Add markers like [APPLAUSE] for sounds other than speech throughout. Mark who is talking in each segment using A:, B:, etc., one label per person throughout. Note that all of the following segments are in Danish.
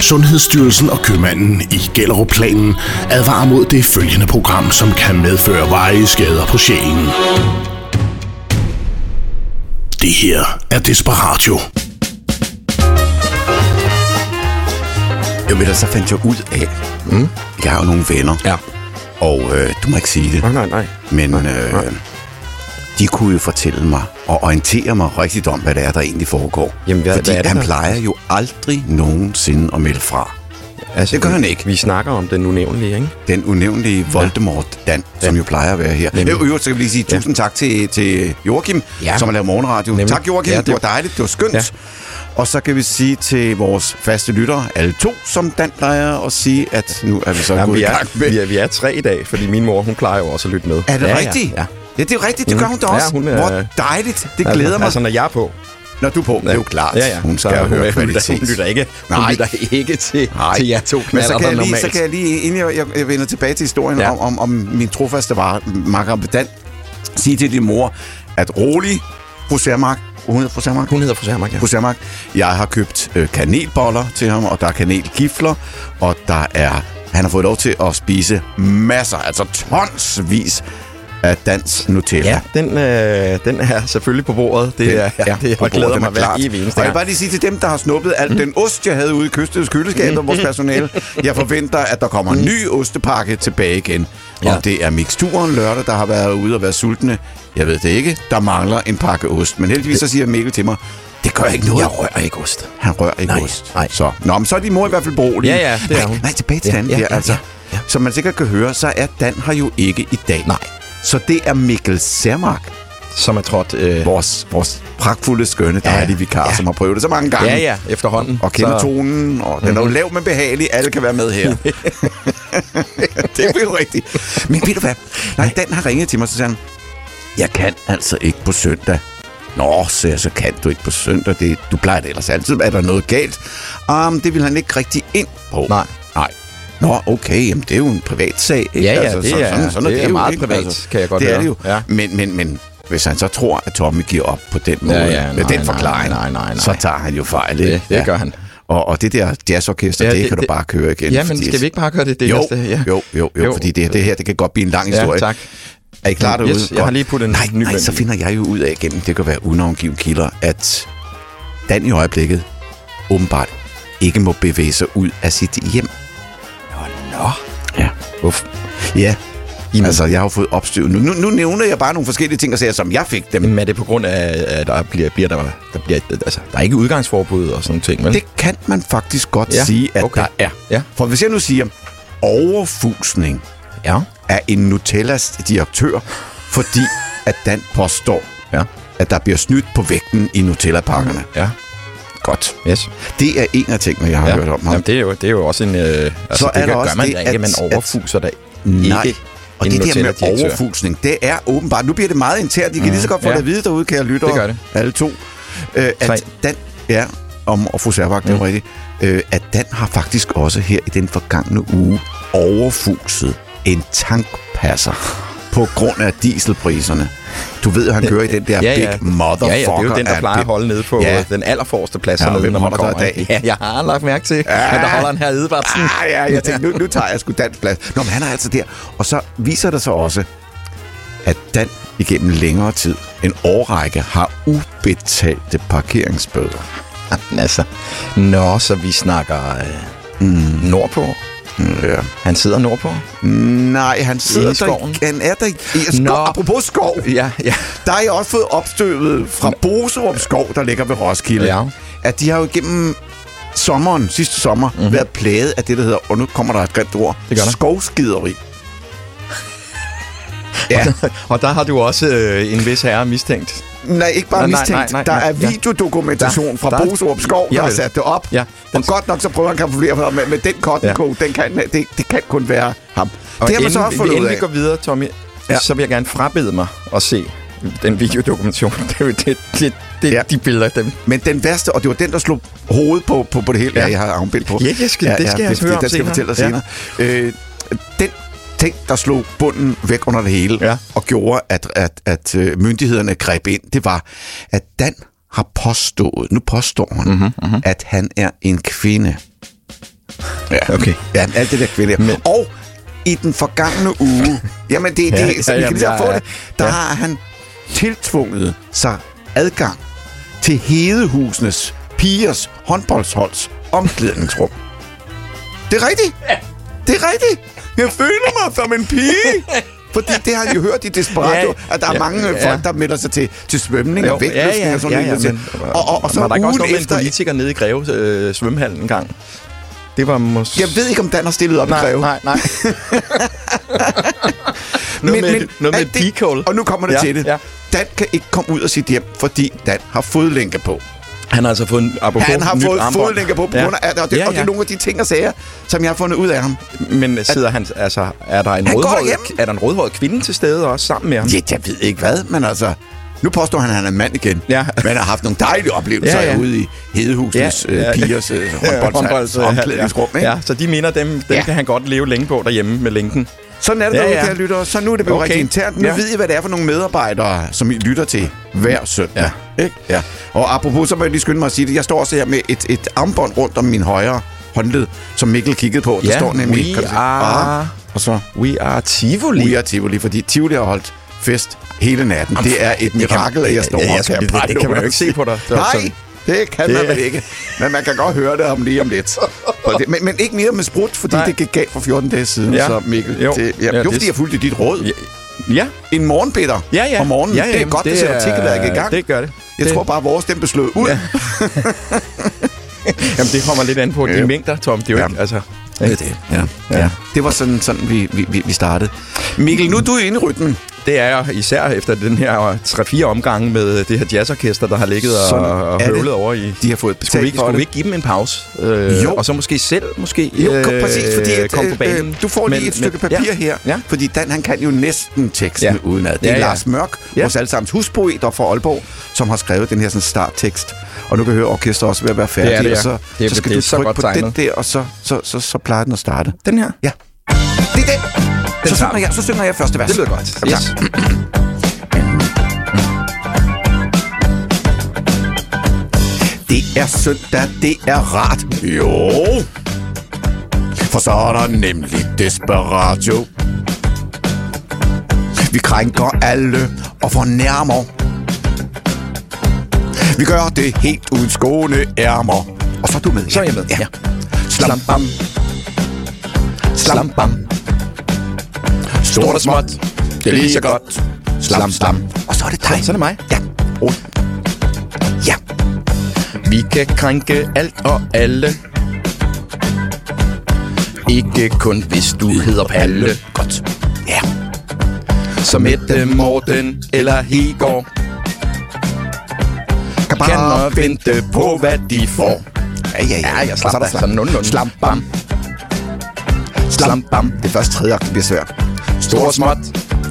A: Sundhedsstyrelsen og købmanden i Gellerup-planen advarer mod det følgende program, som kan medføre varige skader på sjælen. Det her er Desperatio.
B: Jo, men så fandt jeg ud af, mm? jeg har jo nogle venner,
C: Ja.
B: og øh, du må ikke sige det,
C: Nej, nej, nej.
B: men øh, de kunne jo fortælle mig og orientere mig rigtigt om, hvad det er, der egentlig foregår.
C: Jamen, hvad-
B: Fordi
C: hvad er det,
B: han
C: der-
B: plejer jo aldrig nogensinde at melde fra.
C: Altså,
B: Det gør
C: vi-
B: han ikke.
C: Vi snakker om den unævnlige, ikke?
B: Den unævnlige Voldemort Dan, ja. som jo plejer at være her.
C: Nemlig.
B: Øh, øvrigt, så kan vi lige sige tusind tak til, til Joachim, ja.
C: Ja.
B: som har lavet morgenradio.
C: Nemlig.
B: Tak Joachim, ja,
C: Ja,
B: det...
C: det-
B: det var dejligt, det var skønt. Ja.
C: Ja.
B: Og så kan vi sige til vores faste lyttere, alle to, som Dan plejer at sige, at nu er vi så
C: Jamen,
B: gået
C: vi,
B: i
C: er,
B: gang med...
C: vi, er, vi er tre i dag, fordi min mor, hun plejer jo også at lytte med.
B: Er det
C: ja,
B: rigtigt?
C: Ja. ja.
B: ja, det er rigtigt, det gør
C: Mm.
B: hun da
C: Ja,
B: også.
C: hun er-
B: Hvor dejligt, det
C: Altså,
B: glæder mig.
C: Altså, når jeg er på.
B: Når du er på, ja. det er jo klart,
C: Ja, ja.
B: hun skal
C: så
B: jo høre
C: hun, lytter,
B: kvalitet.
C: hun lytter ikke, hun
B: Nej.
C: lytter ikke til, til jer to
B: Men så
C: knaller,
B: kan, jeg lige,
C: normalt.
B: så kan jeg lige, inden jeg, jeg, jeg vender tilbage til historien ja.
C: Ja.
B: om, om, om min trofaste var- makker Dan, sige til din mor, at rolig, fru Sermark, hun hedder fru Sermark,
C: Hun hedder fru Sermark, ja.
B: fru Sermark, jeg har købt øh, kanelboller til ham, og der er kanelgifler, og der er, han har fået lov til at spise masser, altså tonsvis af dans Nutella.
C: Ja, den, øh, den er selvfølgelig på bordet. Det, er, ja, det,
B: på
C: jeg glæder
B: bordet, den
C: mig
B: er
C: hver
B: klart.
C: evig eneste
B: Og jeg vil
C: gang.
B: bare lige sige til dem, der har snuppet alt den ost, jeg havde ude i kystets køleskab mm.
C: [LAUGHS]
B: vores personale. Jeg forventer, at der kommer en ny ostepakke tilbage igen. Ja.
C: Ja.
B: Og det er miksturen lørdag, der har været ude og været sultne. Jeg ved det ikke. Der mangler en pakke ost. Men heldigvis så siger Mikkel til mig, det gør ikke noget.
C: Jeg rører ikke ost.
B: Han rører ikke
C: Nej,
B: ost.
C: nej.
B: Så. Nå, men så er din mor i hvert fald berolig.
C: Ja, ja, det er
B: nej,
C: hun.
B: nej, tilbage til
C: Ja,
B: Dan
C: ja,
B: der,
C: ja,
B: altså.
C: ja, ja.
B: Som man sikkert kan høre, så er Dan her jo ikke i dag.
C: Nej.
B: Så det er Mikkel Sermark,
C: Som er trådt... Øh,
B: vores, vores pragtfulde, skønne, dejlige ja,
C: Ja,
B: vikar, ja.
C: ja.
B: som har prøvet det så mange gange.
C: ja, ja, efterhånden.
B: Og kende
C: Så- Mhm.
B: tonen, og den er jo lav, men behagelig. Alle kan være med
C: [LAUGHS]
B: her. det er jo rigtigt. Men ved du hvad? Nej, Dan har ringet til mig, så siger han, jeg kan altså ikke på søndag. Nå, så, jeg, så kan du ikke på søndag. Det, du plejer det ellers altid. Er der noget galt? Um, det vil han ikke rigtig ind på.
C: Nej.
B: Nej. Nå, okay, jamen, det er jo en privat sag. Ikke?
C: Ja, ja, det
B: sådan,
C: er-
B: sådan, sådan,
C: det er
B: jo,
C: meget
B: ikke? Altså,
C: privat, kan jeg godt
B: det er
C: høre.
B: det jo.
C: Ja.
B: Men, men, men hvis han så tror, at Tommy giver op på den måde,
C: ja,
B: med
C: nej,
B: den
C: nej,
B: forklaring,
C: nej, nej, nej.
B: så tager han jo fejl. ikke?
C: Det- det gør han.
B: Og, og det der jazzorkester, ja, det, det kan du bare køre igen.
C: Ja, men
B: fordi-
C: skal vi ikke bare køre det? det
B: jo,
C: næste, ja.
B: jo, jo, jo, jo, fordi det, det her, det kan godt blive en lang historie.
C: Ja, tak.
B: Er I klar derude?
C: Yes, jeg
B: Godt.
C: har lige puttet en
B: nej,
C: ny
B: nej,
C: mand
B: så
C: i.
B: finder jeg jo ud af igennem, det kan være unavngivende kilder, at Dan i øjeblikket åbenbart ikke må bevæge sig ud af sit hjem.
C: Nå,
B: Ja.
C: uff.
B: Ja. Jamen. Altså, jeg har jo fået opstøvet. Nu, nu, nu nævner jeg bare nogle forskellige ting og sager, som jeg fik dem.
C: Men er det på grund af, at der bliver, bliver der, der bliver, altså, der er ikke udgangsforbud og sådan nogle ting, vel?
B: Det kan man faktisk godt ja.
C: Ja,
B: sige, at okay.
C: okay.
B: der er.
C: Ja.
B: For hvis jeg nu siger, overfusning
C: ja.
B: af en Nutellas direktør, fordi at Dan påstår,
C: Ja.
B: at der bliver snydt på vægten i Nutella-pakkerne.
C: Ja.
B: Godt.
C: Yes.
B: Det er en af tingene, jeg har hørt om.
C: Jamen, det er jo, det er jo også en... Øh, altså,
B: Så
C: det
B: er der
C: gør
B: også
C: man
B: det,
C: da ikke,
B: at-
C: man overfuser da
B: Nej.
C: ikke
B: og
C: en
B: det der med
C: Nutella-direktør.
B: overfusning, det er åbenbart... Nu bliver det meget internt. I kan lige så godt få
C: Mm. Ja.
B: det at vide derude, kære lyttere.
C: Det gør det.
B: Alle to. Øh,
C: Tre. Mm.
B: at Dan... Ja, om, og fru Særbak, det er rigtigt. Øh, at Dan har faktisk også her i den forgangne uge overfuset en tankpasser på grund af dieselpriserne. Du ved, han kører i den der big motherfucker.
C: Ja, ja, det er jo den,
B: af
C: der
B: en
C: plejer at
B: big-
C: holde nede på
B: Ja.
C: ja. den allerforreste plads
B: Ja,
C: ja, hernede,
B: hvem
C: når man
B: holder der
C: kommer.
B: i dag?
C: Ja, jeg har lagt mærke til, ja. at der holder en her Edvardsen.
B: Ah, ja, jeg tænkte, nu, nu tager jeg sgu dansk plads. Nå, men han er altså der. Og så viser det sig også, at Dan igennem længere tid, en årrække, har ubetalte parkeringsbøder.
C: Jamen, altså. Nå, så vi snakker øh, mm. nordpå. Mm,
B: Ja.
C: Han sidder nordpå.
B: Nej, han sidder
C: i skoven?
B: Der, han er der i, i skov.
C: Nå.
B: Apropos skov,
C: Ja, ja.
B: der har jeg også fået opstøvet fra Boserup Skov, der ligger ved Roskilde,
C: Ja.
B: at de har jo igennem sommeren, sidste sommer, mm-hmm. været plaget af det, der hedder, og nu kommer der et grimt ord,
C: Mhm. Det gør der.
B: skovskideri. ja.
C: [LAUGHS] Og der har du også øh, en vis herre mistænkt.
B: Nej, ikke bare nej,
C: Nej, nej,
B: mistænkt. Nej, nej, nej, der er
C: ja.
B: videodokumentation
C: Der-
B: fra
C: der er-
B: Boserup Skov, der har
C: Javel.
B: sat det op.
C: Ja,
B: og
C: den-
B: godt nok så prøver han at kamuflere for med, med den cotton
C: Ja.
B: coat, den kan, det, det kan kun være ham.
C: Og
B: det har man
C: inden,
B: så også fundet
C: inden
B: ud
C: vi
B: af.
C: går videre, Tommy,
B: Ja.
C: ja. så vil jeg gerne frabede mig at se den videodokumentation. [LAUGHS] Det er jo det, det, det
B: Ja.
C: ja. de billeder, dem.
B: Men den værste, og det var den, der slog hovedet på, på, på det hele. Ja,
C: Ja.
B: jeg har afbildt på.
C: Ja, jeg skal- det skal jeg
B: det,
C: høre om
B: det, skal jeg fortælle
C: senere.
B: dig senere. Øh, den ting, der slog bunden væk under det hele,
C: Ja.
B: og gjorde, at, at, at øh, myndighederne greb ind, det var, at Dan
C: Mhm,
B: har påstået, nu påstår han, mm-hmm, at han er en kvinde. Ja.
C: Okay.
B: Ja, alt det der kvindelige. Men. Og i den forgangne uge, jamen det, det,
C: Ja,
B: [LAUGHS] ja,
C: ja,
B: ja, ja,
C: jamen,
B: kan lige
C: jeg
B: få
C: er-
B: det, der
C: ja.
B: ja. har han tiltvunget sig adgang til Hedehusenes pigers håndboldsholds omklædningsrum. Det er rigtigt. Ja. Det er rigtigt. Jeg føler mig som en pige. Fordi det har jeg jo hørt i Desperado,
C: Ja,
B: ja, at der ja,
C: ja,
B: er mange
C: ja.
B: ja. folk, der melder sig til, til svømning jo, og vægtløsning ja, ja, og sådan noget. Ja,
C: men-
B: og, og, og så
C: men der er ikke
B: ugen
C: også noget med en
B: efter...
C: politiker nede i Greve øh, svømmehallen en gang. Det var måske...
B: Jeg ved ikke, om Dan har stillet op i
C: Nej,
B: Greve.
C: nej, nej. noget med, et- noget med
B: alt
C: et
B: det-
C: pigekål.
B: Og nu kommer det
C: Ja,
B: til det.
C: ja.
B: Dan kan ikke komme ud af sit hjem, fordi Dan har fodlænke på.
C: Han har altså fået en apropos
B: Han har
C: nyt
B: fået
C: armbånd.
B: fodlænke på, på
C: Ja.
B: grund af, og, det,
C: Ja,
B: og det
C: ja. Mm.
B: er nogle af de ting og sager, som jeg har fundet ud af ham.
C: Men sidder han, altså, er der en
B: Han går
C: rødhåret,
B: derhjemme.
C: er der en rødhåret kvinde til stede også sammen med ham?
B: Ja, jeg ved ikke hvad, men altså... Nu påstår han, at han er en mand igen.
C: Ja.
B: Men har haft nogle dejlige oplevelser
C: Ja,
B: ja,
C: ja.
B: ja. ude i Hedehusenes ja, ja. pigers
C: [LAUGHS]
B: øh, håndbolds- omklædningsrum. Ikke?
C: Ja, så de minder dem, dem ja.
B: Ja.
C: kan han godt leve længe på derhjemme med linken.
B: Sådan er det
C: Ja,
B: ja, derude,
C: ja.
B: ja. kære lyttere. Så nu er det blevet
C: Okay.
B: okay. rigtig internt. Nu
C: Ja.
B: ja. ved I, hvad det er for nogle medarbejdere, som I lytter til hver søndag. Ja. Ikke? Ja. Og apropos, så må jeg lige skynde mig at sige det. Jeg står også her med et, et armbånd rundt om min højre håndled, som Mikkel kiggede på. Der
C: Ja,
B: står nemlig...
C: we
B: kan du se?
C: are-
B: Ah, Og så
C: We are Tivoli.
B: We Are Tivoli, fordi Tivoli har holdt fest hele natten. Det er et mirakel, at jeg står
C: ja, jeg
B: her,
C: skulle lige-
B: bare
C: det kan
B: nå
C: man jo
B: at
C: ikke se
B: sige.
C: på dig. Det var
B: Nej,
C: sådan-
B: det kan
C: Det
B: man
C: er-
B: vel ikke. Men man kan godt høre det om lige om lidt. Og det- Men, men ikke mere med sprut, fordi
C: Nej.
B: Nej. det gik galt for 14 dage siden,
C: Ja.
B: ja. så Mikkel.
C: Jo.
B: det,
C: Ja,
B: ja, jo
C: det-
B: fordi jeg fulgte dit råd.
C: Ja, ja.
B: En morgenbitter
C: Ja, ja.
B: om morgenen.
C: Ja, ja,
B: det er
C: jamen,
B: godt, det,
C: det
B: det sætter
C: er-
B: tikketværket i gang.
C: det gør det.
B: Jeg
C: Det-
B: tror bare, at vores den blev slået ud.
C: Ja.
B: Ja.
C: Jamen, det kommer lidt an på de
B: Ja.
C: mængder, Tom. Det er jo
B: Ja.
C: ikke, altså...
B: Det, er det. Ja.
C: Ja.
B: Ja. Ja. det var sådan, sådan vi, vi, vi- vi startede. Mikkel, nu er du inde i rytmen.
C: Det er jeg især efter den her 3-4 omgange med det her jazzorkester, der har ligget og,
B: Sådan
C: og
B: er det.
C: høvlet over i...
B: De har fået
C: Skulle vi,
B: betalt
C: ikke,
B: for
C: skulle
B: det.
C: vi ikke give dem en pause? Øh,
B: Jo.
C: Og så måske selv, måske
B: Jo, øh, præcis, fordi at,
C: komme på banen.
B: Øh, du får lige
C: Men-
B: et stykke
C: men-
B: papir her,
C: Ja.
B: fordi Dan han kan jo næsten teksten
C: Ja.
B: ja. udenad. Det er
C: Ja,
B: ja,
C: ja.
B: ja. Lars Mørk,
C: Ja.
B: ja. vores allesammens huspoeter fra Aalborg, som har skrevet den her sådan starttekst. Og nu kan jeg høre orkestret også ved at være færdig,
C: det, ja.
B: og så,
C: Det er-
B: så skal
C: det er
B: du
C: så
B: trykke
C: godt
B: på den
C: tegnet.
B: der, og så, så, så, så plejer den at starte.
C: Den her.
B: Ja. Det er den.
C: Den
B: så,
C: tager vi.
B: synger jeg, så synger jeg første vers.
C: Det lyder godt.
B: Er du
C: Yes.
B: klar? Det er søndag, det er rart. Jo. For så er der nemlig Desperatio. Vi krænker alle og fornærmer. Vi gør det helt uden skåne ærmer. Og så er du med.
C: Så er jeg med.
B: Ja. Slam bam. Slam bam.
C: Stort og småt.
B: Det er lige så godt. Slam slam. Og så er det dig.
C: Så er det mig.
B: Ja. Oh. Ja.
C: Vi kan krænke alt og alle. Ikke kun hvis du hedder Palle,
B: Godt. Ja.
C: som Mette Morten eller Hegård.
B: Kan
C: Kan nok vente på, hvad de får.
B: Ja, ja, ja.
C: Ja, jeg slap
B: Og så er der
C: dig.
B: slam.
C: Sådan nogenlunde.
B: Slam bam. Slam bam. Det er først tredje akt, det bliver svært.
C: Stort og småt,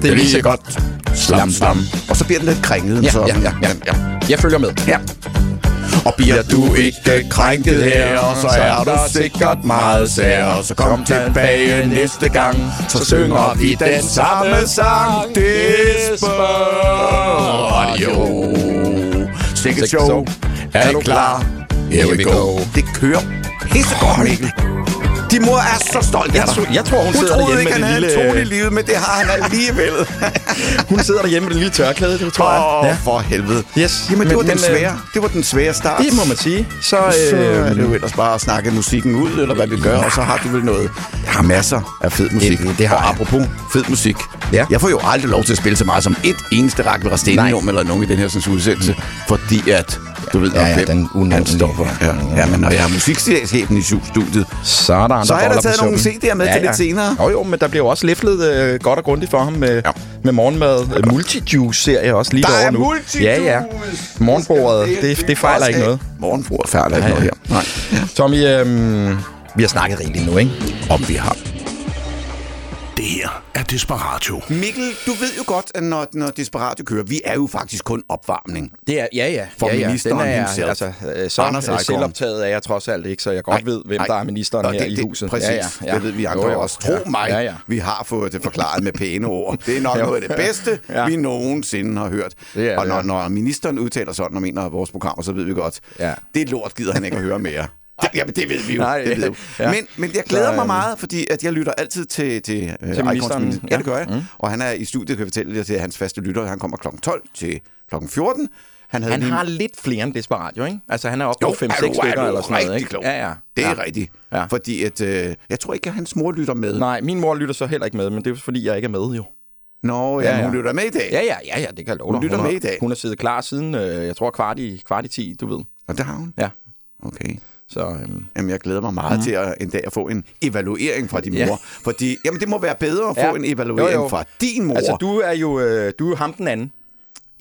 C: det er lige så godt.
B: Slam bam. Og så bliver den lidt kringet.
C: Ja,
B: så,
C: ja, ja, ja, ja. Jeg følger med.
B: Ja. Og bliver du ikke krænket her, så er du sikkert meget sær. Så kom tilbage næste gang, så synger vi den samme sang. Desperatio. Sikkert show. Er du klar? Here we go. Det kører pissegodt, Mikkel. Din mor er så stolt af
C: Jeg
B: dig.
C: tror- jeg tror, hun sidder
B: troede
C: derhjemme
B: ikke,
C: med
B: han
C: det
B: havde en
C: lille-
B: tone i livet, men det har han
C: [LAUGHS]
B: alligevel.
C: Hun sidder derhjemme med det lille tørklæde, det tror jeg.
B: Åh, oh,
C: Ja.
B: ja. for helvede.
C: Yes,
B: Jamen, det
C: men-
B: var den
C: men, øh,
B: svære. Det var den svære start.
C: Det må man sige. Så,
B: Så
C: øh,
B: er det jo ellers bare at snakke musikken ud, eller hvad vi gør, og så har du vel noget. Jeg har masser af fed musik.
C: Det- det har
B: og
C: jeg.
B: apropos fed musik.
C: Ja.
B: Jeg får jo aldrig lov til at spille så meget som et eneste Rakel Rastenium eller nogen i den her sådan, udsendelse, fordi at, du ved,
C: Ja,
B: nok,
C: ja,
B: hvem
C: den
B: han
C: unævnlige.
B: står for. Ja, ja, men når jeg har musikchefen i studiet,
C: Så er der andre
B: Så har jeg da
C: boller på
B: taget nogle
C: suppen.
B: CD'er med til lidt senere.
C: Jo, jo, men der bliver jo også læflet øh, godt og grundigt for ham med, ja.
B: Ja.
C: med morgenmad. Øh, Multijuice ser jeg også lige
B: Der
C: derovre
B: er
C: nu.
B: multijuice!
C: Ja, ja. Morgenbordet, det, det, det fejler ikke noget.
B: Morgenbror fejler ikke noget her. Nej.
C: Tommy, øh, vi har snakket rigeligt nu, ikke?
B: Om vi har.
A: Det her er Desperatio.
B: Mikkel, du ved jo godt, at når, når Desperatio kører, vi er jo faktisk kun opvarmning.
C: Det er, ja, ja.
B: For
C: ja, ja.
B: ministeren
C: Den er, jeg-
B: himself.
C: Altså, øh, så Anders
B: Anders Eicgaard.
C: selvoptaget er jeg trods alt ikke, så jeg godt
B: Nej,
C: ved, hvem
B: nej.
C: der er ministeren
B: Og
C: her
B: det,
C: i
B: det,
C: huset.
B: Præcis, ja, ja, det ved vi andre
C: Jo, jo.
B: også. Tro
C: Ja,
B: mig,
C: Ja, ja.
B: vi har fået det forklaret med pæne ord. Det er nok
C: Jo.
B: noget af det bedste,
C: [LAUGHS] Ja.
B: ja. vi nogensinde har hørt.
C: Det er
B: og
C: det,
B: når,
C: ja.
B: når ministeren udtaler sådan om en af vores programmer, så ved vi godt,
C: Ja. [LAUGHS]
B: det lort gider han ikke at høre mere. Det, jamen, det ved vi jo.
C: Nej,
B: det ved vi.
C: [LAUGHS] ja.
B: Ja. Men, men jeg glæder
C: Så,
B: mig
C: øhm,
B: meget, fordi at jeg lytter altid til, til, øh,
C: ministeren,
B: Icons Ja,
C: ja.
B: det gør jeg. Mm. Og han er i studiet, kan jeg fortælle det til hans faste lytter. Han kommer kl. 12 til kl. 14. Han, havde
C: Han
B: lige-
C: har lidt flere end Desperatio, ikke? Altså, han er oppe
B: Jo,
C: på
B: er du-
C: 5-6
B: er
C: stykker
B: du
C: eller sådan noget,
B: rigtig
C: ikke?
B: klog.
C: Ja, ja.
B: Det er
C: ja.
B: ja. rigtigt.
C: Ja.
B: Ja. Fordi at, øh, jeg tror ikke, at hans mor lytter med.
C: Nej, min mor lytter så heller ikke med, men det er fordi, jeg ikke er med, jo.
B: Nå, ja,
C: Ja,
B: ja,
C: ja.
B: hun lytter med i dag.
C: Ja, ja, ja, ja, det kan jeg love
B: Hun
C: dig.
B: lytter
C: har-
B: med i dag.
C: Hun har siddet klar siden, øh, jeg tror, kvart i, kvart i 10, du ved.
B: Og det har hun.
C: Ja.
B: Okay.
C: Så, øhm,
B: Jamen, jeg glæder mig meget mm. til at, en dag at få en evaluering fra din mor.
C: Ja.
B: Fordi, jamen, det må være bedre at få
C: Ja.
B: en evaluering
C: Jo, jo.
B: fra din mor.
C: altså, du er jo øh, du er jo ham den anden.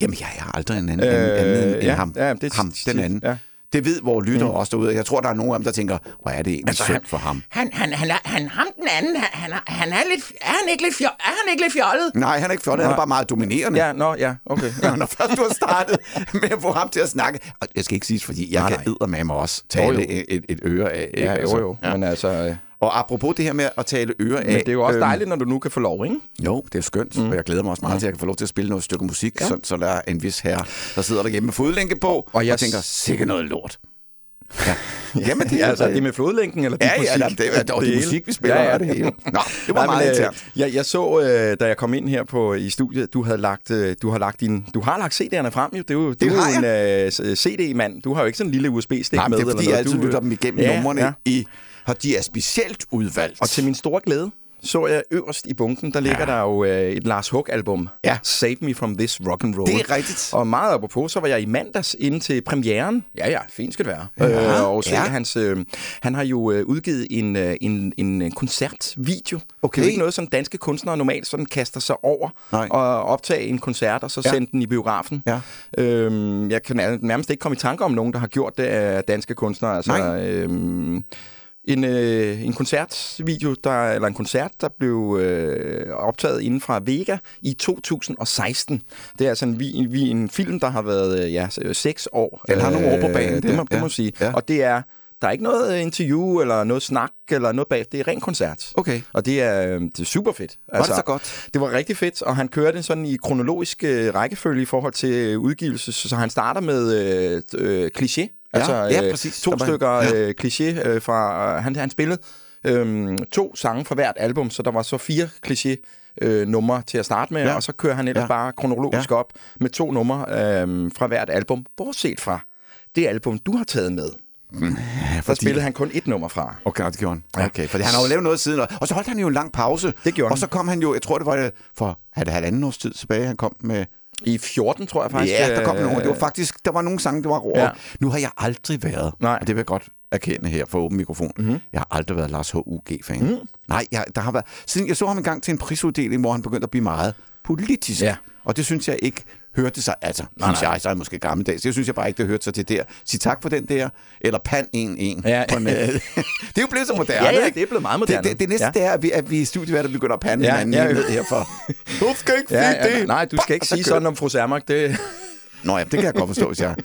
B: Jamen, jeg er aldrig en anden, øh, anden end
C: ja,
B: ham.
C: ja, det er
B: ham,
C: tit-
B: den
C: tit,
B: anden.
C: ja.
B: Ja. Det ved vores lytter mm. også derude. Jeg tror, der er nogen af dem, der tænker, hvor er det egentlig altså, synd for ham.
D: Han, han, han, er, han, ham den anden, han, han, er, han er lidt, er han ikke lidt, fjol, er han ikke lidt fjollet?
B: Nej, han er ikke fjollet, han er bare meget dominerende.
C: Ja, nå, ja, okay.
B: [LAUGHS]
C: Ja.
B: Ja. Når først du har startet med at få ham til at snakke. Og jeg skal ikke sige, fordi jeg
C: Nej,
B: nej,
C: nej.
B: kan eddermame også tale
C: jo.
B: Et, et, et øre af. ikke?
C: Ja, jo, jo.
B: Ja.
C: Men altså, øh,
B: Og apropos det her med at tale øre af.
C: men det er jo også
B: øhm,
C: dejligt, når du nu kan få lov, ikke?
B: Jo, det er skønt, mm. og jeg glæder mig også meget til, at jeg kan få lov til at spille noget stykke musik, ja. sådan, så der er en vis herre, der sidder derhjemme med fodlænke på, og,
C: jeg
B: jeg og tænker,
C: s-
B: sikkert noget lort. Ja. Jamen, det
C: [LAUGHS] Ja,
B: er
C: altså, det
B: med
C: med flodlænken, eller
B: Ja,
C: din
B: ja,
C: musik?
B: nej, det er- det er jo din
C: hele.
B: musik, vi spiller,
C: ja, ja.
B: og det hele. [LAUGHS] Nå, det var meget
C: men, øh,
B: internt.
C: Jeg, jeg så, øh, da jeg kom ind her på i studiet, du havde lagt, øh, du har lagt din, du har lagt CD'erne frem, jo. Det er jo, du
B: har
C: er jo en øh, CD-mand. Du har jo ikke sådan en lille USB-stik med.
B: Nej, men det er
C: eller
B: fordi, jeg
C: noget.
B: altid
C: du, øh,
B: lytter dem igennem ja, numrene, ja. I, og de er specielt udvalgt.
C: Og til min store glæde, så jeg øverst i bunken, der ligger ja. der jo øh, et Lars Hook-album.
B: Ja.
C: Save Me From This Rock and Roll.
B: Det er rigtigt.
C: Og meget apropos, så var jeg i mandags inde til premieren. Ja, ja, fint skal det være. Ja, øh, og se
B: ja.
C: hans, øh, han har jo øh, udgivet en, øh, en, en øh, koncertvideo.
B: Okay.
C: Det er jo ikke noget, som danske kunstnere normalt sådan kaster sig over
B: Nej.
C: og optage en koncert og så ja. sende den i biografen.
B: Ja.
C: Øhm, jeg kan nær- nærmest ikke komme i tanke om nogen, der har gjort det af danske kunstnere. Altså,
B: Nej.
C: Øhm, en, øh, en koncertvideo, der, eller en koncert, der blev øh, optaget inden fra Vega i 2016. Det er altså en, vi, en, vi- en film, der har været øh, ja, s- øh, seks år.
B: Den har nogle år på bagen,
C: Øh,
B: der.
C: Det må, det
B: Ja,
C: må man sige.
B: ja.
C: Og det er, der er ikke noget øh, interview eller noget snak eller noget bag. Det er ren koncert.
B: Okay.
C: Og det er, øh, det er super fedt. Altså,
B: det så godt?
C: Det var rigtig fedt, og han kørte sådan i kronologisk øh, rækkefølge i forhold til øh, udgivelse. Så så han starter med øh, øh, Cliché,
B: Ja,
C: Altså
B: ja,
C: øh,
B: præcis.
C: to
B: Der var-
C: stykker øh, kliché øh, fra... Han, han spillede øhm, to sange fra hvert album, så der var så fire kliché øh, numre til at starte med, ja.
B: Ja.
C: og så kører han ellers ja.
B: Ja.
C: bare kronologisk ja. op med to numre øh, fra hvert album, bortset fra det album, du har taget med.
B: ja,
C: Der spillede han kun et nummer fra.
B: Okay, det gjorde han.
C: Ja.
B: Okay, for han har jo lavet noget siden. og- Og så holdt han jo en lang pause.
C: Det gjorde
B: Og
C: han.
B: så kom han jo, jeg tror det var øh, for er det halvanden års tid tilbage, han kom med...
C: I 14, tror jeg faktisk.
B: Ja, der kom
C: øh,
B: nogle. Det var faktisk, der var nogle sange, der var råd.
C: Ja.
B: Ja. Nu har jeg aldrig været,
C: Nej.
B: og det vil jeg godt erkende her for åben mikrofon,
C: Mhm.
B: mm-hmm. jeg har aldrig været Lars H.U.G.-fan. Mm. Nej, jeg, der har været, siden jeg så ham en gang til en prisuddeling, hvor han begyndte at blive meget politisk.
C: Ja.
B: Og det synes jeg ikke hørte sig, altså, nej, synes jeg, så er jeg måske gammeldags. Jeg synes jeg bare ikke, det hørte sig til der. Sig tak for den der, eller pan 1-1.
C: Ja. [LAUGHS]
B: På en, øh, det er jo blevet så moderne,
C: Ja, ja,
B: ikke?
C: det er blevet meget moderne.
B: Det, det, det næste,
C: Ja.
B: ja. det er, at vi, at vi i studieværter begynder at pande
C: Ja,
B: ja, hinanden
C: ja.
B: ja, ja. herfor.
C: [LAUGHS]
B: Du skal ikke
C: Ja,
B: sige
C: ja,
B: det.
C: nej, du skal ikke
B: Og så
C: sige
B: kører
C: sådan om fru Sermak. Det,
B: Nå ja, det kan jeg godt forstå, hvis jeg...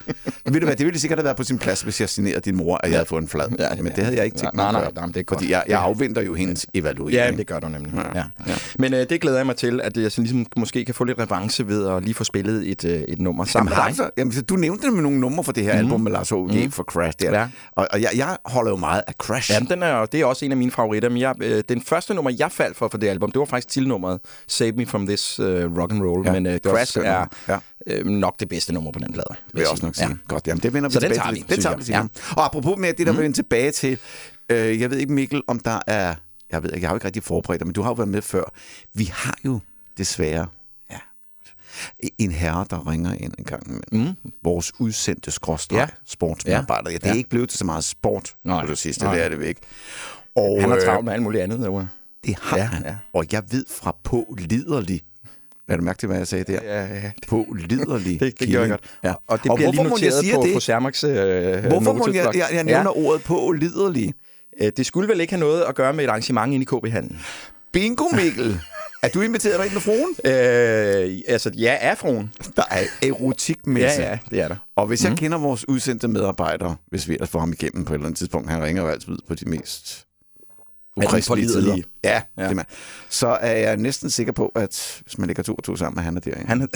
B: Ved du hvad, det ville sikkert have været på sin plads, hvis jeg signerede din mor, at jeg havde fået en flad.
C: Ja,
B: Ja,
C: ja.
B: men det havde jeg ikke tænkt
C: Nej,
B: mig at
C: nej,
B: gøre,
C: nej, men det er godt.
B: Fordi jeg, jeg afventer jo hendes
C: [LAUGHS]
B: evaluering.
C: Ja, det gør du nemlig. Ja. Ja. Ja.
B: ja.
C: Men øh, det glæder jeg mig til, at jeg sådan ligesom måske kan få lidt revanche ved at lige få spillet et, øh, et nummer sammen
B: Jamen,
C: med dig.
B: altså, jamen, så du nævnte nemlig nogle numre fra det her mm. album med Lars H.G. Mm. for Crash der.
C: Mhm. Ja.
B: Ja. Og, og jeg, jeg holder jo meget af Crash.
C: Jamen, den er, jo- det er også en af mine favoritter, men jeg, øh, den første nummer, jeg faldt for for det album, det var faktisk tilnummeret Save Me From This øh, Rock and Roll, ja,
B: Ja,
C: men øh,
B: det er også
C: Crash
B: skønt
C: er
B: nummer. Ja.
C: øh, nok det bedste nummer på den plade. vil
B: Det vil jeg
C: sige.
B: også nok sige. Ja. Godt, jamen det vender vi
C: Så den
B: tilbage til.
C: tager vi,
B: Den
C: synes
B: tager
C: jeg. Mhm.
B: vi, Simon. Og apropos med det, der mm. vender tilbage til, øh, jeg ved ikke Mikkel, om der er, jeg ved ikke, jeg har jo ikke rigtig forberedt dig, men du har jo været med før. Vi har jo desværre ja, en herre, der ringer ind en gang imellem. Mm. Vores udsendte skråstreg,
C: Mhm. Ja.
B: ja. sportsmedarbejder. Ja. Det er
C: Ja.
B: ikke blevet til så meget sport
C: Nej.
B: på det sidste,
C: Nej.
B: det er det ikke. Og,
C: Han har
B: øh,
C: travlt med alt muligt andet. Jo.
B: det har
C: Ja,
B: ja, han.
C: ja.
B: Ja. Og jeg ved fra på liderlig. Lad du mærke til, hvad jeg sagde der?
C: Ja, ja, det-
B: På liderlig.
C: Det, det gjorde jeg godt. Ja. Og det og bliver lige
B: hvorfor mon jeg
C: noteret
B: siger
C: på
B: det?
C: fru Sermaks øh,
B: Hvorfor må jeg,
C: notesblok.
B: jeg, jeg nævner ja. ordet på liderlig?
C: ja. øh, Det skulle vel ikke have noget at gøre med et arrangement inde i KB-handlen?
B: Bingo, [LAUGHS] Mikkel. er du inviteret dig ind med fruen?
C: Øh, altså, ja, afroen.
B: Der er erotikmesse.
C: Ja, ja, det er der.
B: Og hvis jeg kender vores udsendte medarbejdere, hvis vi ellers får ham igennem på et eller andet tidspunkt, han ringer jo altid ud på de mest
C: de
B: ukristelige tider.
C: pålidelige?
B: Ja,
C: Ja.
B: ja. Det man. Så er jeg næsten sikker på, at hvis man lægger to og to sammen, at han er derinde. Han...
C: Han,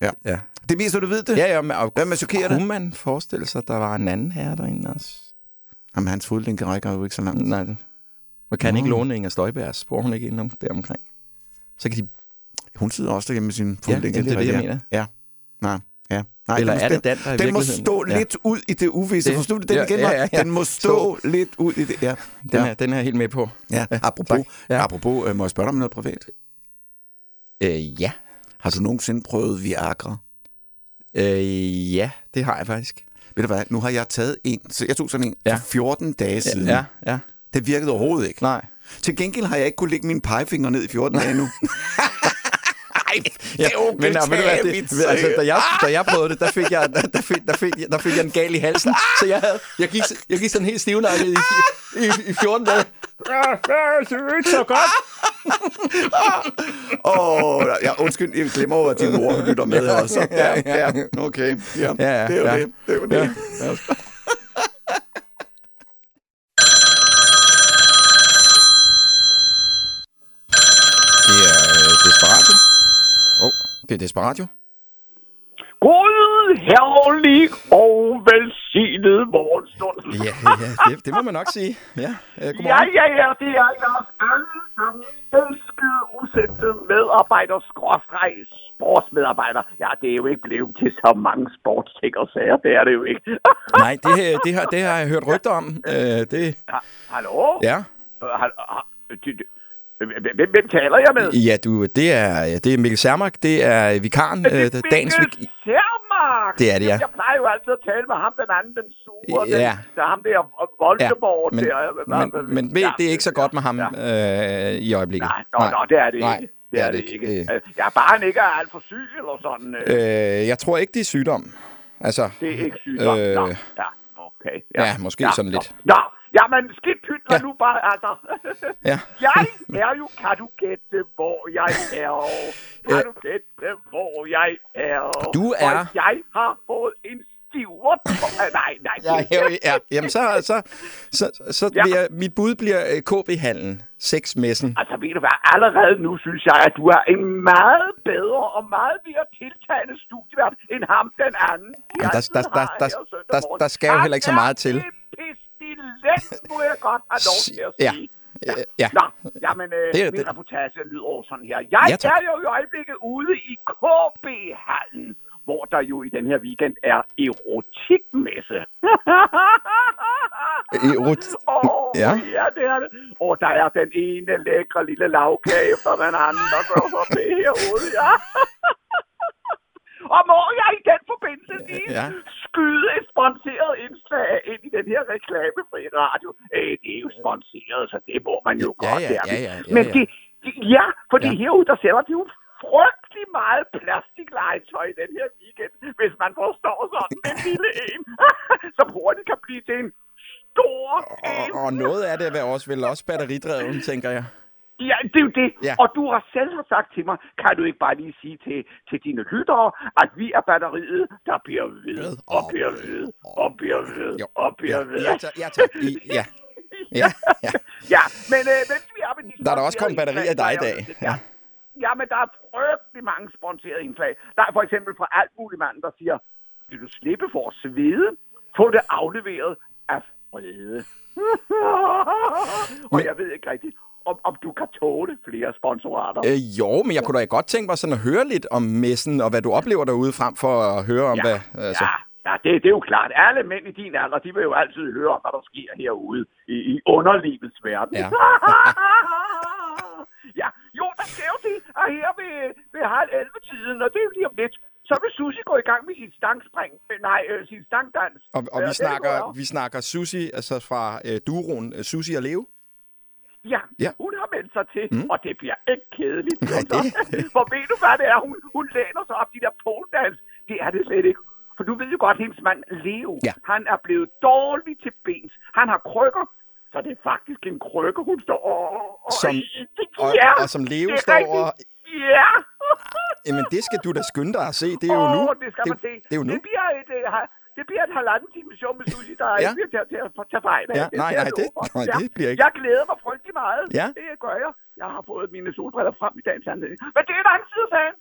B: Ja.
C: ja.
B: Det viser du ved det?
C: Ja, ja, men, og
B: Hvad med chokerer
C: kunne
B: det?
C: man forestille sig, at der var en anden herre derinde også?
B: Jamen, hans fodlænke rækker jo ikke så langt.
C: Nej, det- man kan
B: Mm.
C: ikke låne Inger Støjbergs spor, hun ikke inde om, der omkring. Så kan de,
B: Hun sidder også derhjemme med sin
C: ja,
B: fodlænke.
C: jamen, det er det, jeg
B: rigtigt,
C: mener.
B: Ja. Nej, ja. Nej,
C: Eller
B: den må
C: er det
B: stå-
C: Dan, der i
B: Den må
C: virkeligheden?
B: stå
C: Ja.
B: lidt ud i det uvisse.
C: Det-
B: Forstod du den
C: ja,
B: igen?
C: ja, ja, ja.
B: Den må stå
C: Stå.
B: lidt ud i det. Ja,
C: Den,
B: ja,
C: er, den er jeg helt med på.
B: ja. Apropos,
C: tak.
B: ja.
C: Ja.
B: apropos øh, må jeg spørge dig om noget privat?
C: Øh, ja.
B: Har du nogensinde prøvet Viagra?
C: Øh, ja, det har jeg faktisk.
B: Ved du hvad, nu har jeg taget en, så jeg tog sådan en ja.
C: Ja.
B: for 14 dage siden.
C: Ja, ja.
B: Det virkede overhovedet ikke.
C: Nej.
B: Til gengæld har jeg ikke kunne lægge mine pegefinger ned i 14 dage
C: [LAUGHS]
B: nu. Ej, det er okay,
C: men, men, ved du hvad, det,
B: David.
C: altså, da, jeg, da jeg prøvede det, der fik jeg, der, der fik, der fik, der fik jeg en gal i halsen. Så jeg, havde, jeg, gik, jeg gik sådan helt stivnakket i, i, i 14 dage.
B: Åh, oh, ja, undskyld, jeg glemmer over, at din mor lytter med også. Ja, ja, okay. Ja,
C: Ja, ja,
B: det er jo
C: ja.
B: det. Det er jo det.
C: Det er øh, Desperatio. Åh, oh, det er Desperatio.
E: God, herlig og velsignet morgenstund.
C: Ja, ja det, det må man nok sige. Ja, øh,
E: Ja,
C: godmorgen.
E: ja, ja, det er jeres alle sammen elskede, usendte medarbejder, skråstreg, sportsmedarbejder. Ja, det er jo ikke blevet til så mange sportsting og sager, det er det jo ikke. [LAUGHS]
C: Nej, det, her- det, har, det har jeg hørt rygter om. Øh, det,
E: Ha- Hallo?
C: ja.
E: Øh, hal- ha- du- du- hvem- Hvem, hvem taler jeg med?
C: Ja, du, det er, det er Mikkel Sermark, det er vikaren, øh, dagens vik...
E: Særmark!
C: Det er det, ja.
E: Jeg plejer jo altid at tale med ham, den anden, den sure,
C: Ja.
E: den, der er ham der og Voldemort.
C: men,
E: der,
C: men, men ved, det er ikke så godt med ham øh, i øjeblikket.
E: Nej, nå, nej. Nå, det er det
C: Nej,
E: ikke. Det er det ikke. ikke. Jeg er bare han ikke er alt for syg eller sådan. Øh,
C: Øh, jeg tror ikke, det er sygdom. Altså,
E: det er ikke sygdom. Øh, nå,
C: øh,
E: ja, okay.
C: ja, måske sådan lidt.
E: Nå, nå. jamen skidt pyt ja.
C: Ja.
E: nu bare, [LAUGHS] altså.
C: Ja.
E: jeg er jo, kan du gætte, hvor jeg er? Kan
C: Øh.
E: du gætte, hvor jeg er?
C: Du
E: Og
C: er-
E: jeg har fået en stiver. Øh, nej, nej.
C: [LAUGHS] Ja,
E: det-
C: ja, ja. Jamen, så, så, så, så, så
E: Ja.
C: ja. bliver, mit bud bliver øh, KB-handlen, sexmessen.
E: Altså, ved du hvad? Allerede nu synes jeg, at du er en meget bedre og meget mere tiltagende studievært end ham, den anden. de
C: Jamen, der-
E: altid
C: der- der-
E: har
C: der-
E: her søndag
C: der-
E: morgen.
C: der skal jo
E: Han
C: heller ikke så meget
E: er
C: til.
E: en pestilens, må jeg godt have lov til at
C: Ja.
E: sige.
C: Øh, ja.
E: Nå, jamen, øh,
C: Det
E: det,
C: er-
E: min
C: det-
E: reportage lyder over sådan her. Jeg
C: Ja,
E: ja,
C: tak.
E: er jo i øjeblikket ude i KB-hallen, hvor der jo i den her weekend er erotikmesse. [LAUGHS]
C: Erot-
E: Åh,
C: Ja.
E: ja. ja, det er det. Og der er den ene lækre lille lavkage efter den anden, der går forbi herude, ja. Og må jeg i den forbindelse lige
C: Ja.
E: ja. skyde et sponsoreret indslag ind i den her reklamefri radio? Øh, det er jo sponsoreret, så det må man jo
C: Ja,
E: godt.
C: ja,
E: det er
C: ja,
E: det.
C: ja, ja,
E: Men
C: ja.
E: det, de, [LAUGHS] ja, fordi
C: Ja.
E: ja. herude, der sælger de jo frygtelig meget plastiklegetøj i den her weekend, hvis man forstår sådan en lille en, [LAUGHS] som hurtigt kan blive til en stor en.
C: Og, og noget af det er også, vel også batteridreven, tænker jeg.
E: Ja, det er jo det.
C: Ja.
E: Ja. Og du har selv har sagt til mig, kan du ikke bare lige sige til, til dine lyttere, at vi er batteriet, der bliver ved, og bliver ved, og bliver ved,
C: Jo.
E: og bliver ved.
C: Ja, tak. Ja, tak. I, ja. [LAUGHS] Ja, ja.
E: [LAUGHS] ja, men øh, mens vi er med de
C: Der er da også
E: sponserede
C: kommet batterier i dig i dag.
E: indslag, jeg vil- Ja. ja, men der er frygtelig mange sponsorerede indslag. Der er for eksempel fra alt muligt mand, der siger, vil du slippe for at svede? Få det afleveret af Frede. [LAUGHS] og jeg ved ikke rigtigt, om, om du kan tåle flere sponsorater.
C: Øh, jo, men jeg kunne da godt tænke mig sådan at høre lidt om messen, og hvad du oplever derude, frem for at høre om, hvad... Altså.
E: ja, ja det, det er jo klart. Alle mænd i din alder, de vil jo altid høre om, hvad der sker herude i, i underlivets verden.
C: Ja.
E: Ja. [LAUGHS] ja, jo, der sker jo det, og her ved, ved halv 11-tiden, og det er jo lige om lidt, så vil Susi gå i gang med sin stangspring. Øh, Nej, øh, sin stangdans.
C: Og, og
E: Øh,
C: vi,
E: det går
C: snakker,
E: jeg.
C: vi snakker Susi, altså fra øh, duroen øh, Susi og Leo.
E: Ja,
C: Ja.
E: ja, hun har meldt sig til, mm. og det bliver ikke kedeligt.
C: [LAUGHS] Nej, det-
E: For ved du, hvad det er? Hun, hun læner sig op de der poldans. Det er det slet ikke. For du ved jo godt, hendes mand Leo,
C: Ja.
E: ja. han er blevet dårlig til bens. Han har krykker, så det er faktisk en krykke, hun står og... og
C: Som- og- og som Leo
E: det er
C: står
E: rigtigt.
C: og-
E: Ja!
C: [LAUGHS] Jamen, det skal du da skynde dig at se. Det er jo nu.
E: Åh, det skal
C: det,
E: man se.
C: Det er jo nu.
E: Det bliver et, øh, ha- det bliver et halvanden time show med Susie, der
C: Ja.
E: ja. ikke bliver til at, til at tage fejl af.
C: Ja, nej,
E: skal jeg
C: nej, det-
E: love for.
C: nej,
E: Ja.
C: det bliver ikke.
E: Jeg glæder mig frygtelig meget.
C: Ja.
E: Det gør jeg. Jeg har fået mine solbriller frem i dagens anledning. Men det er en anden side af [LAUGHS] sagen.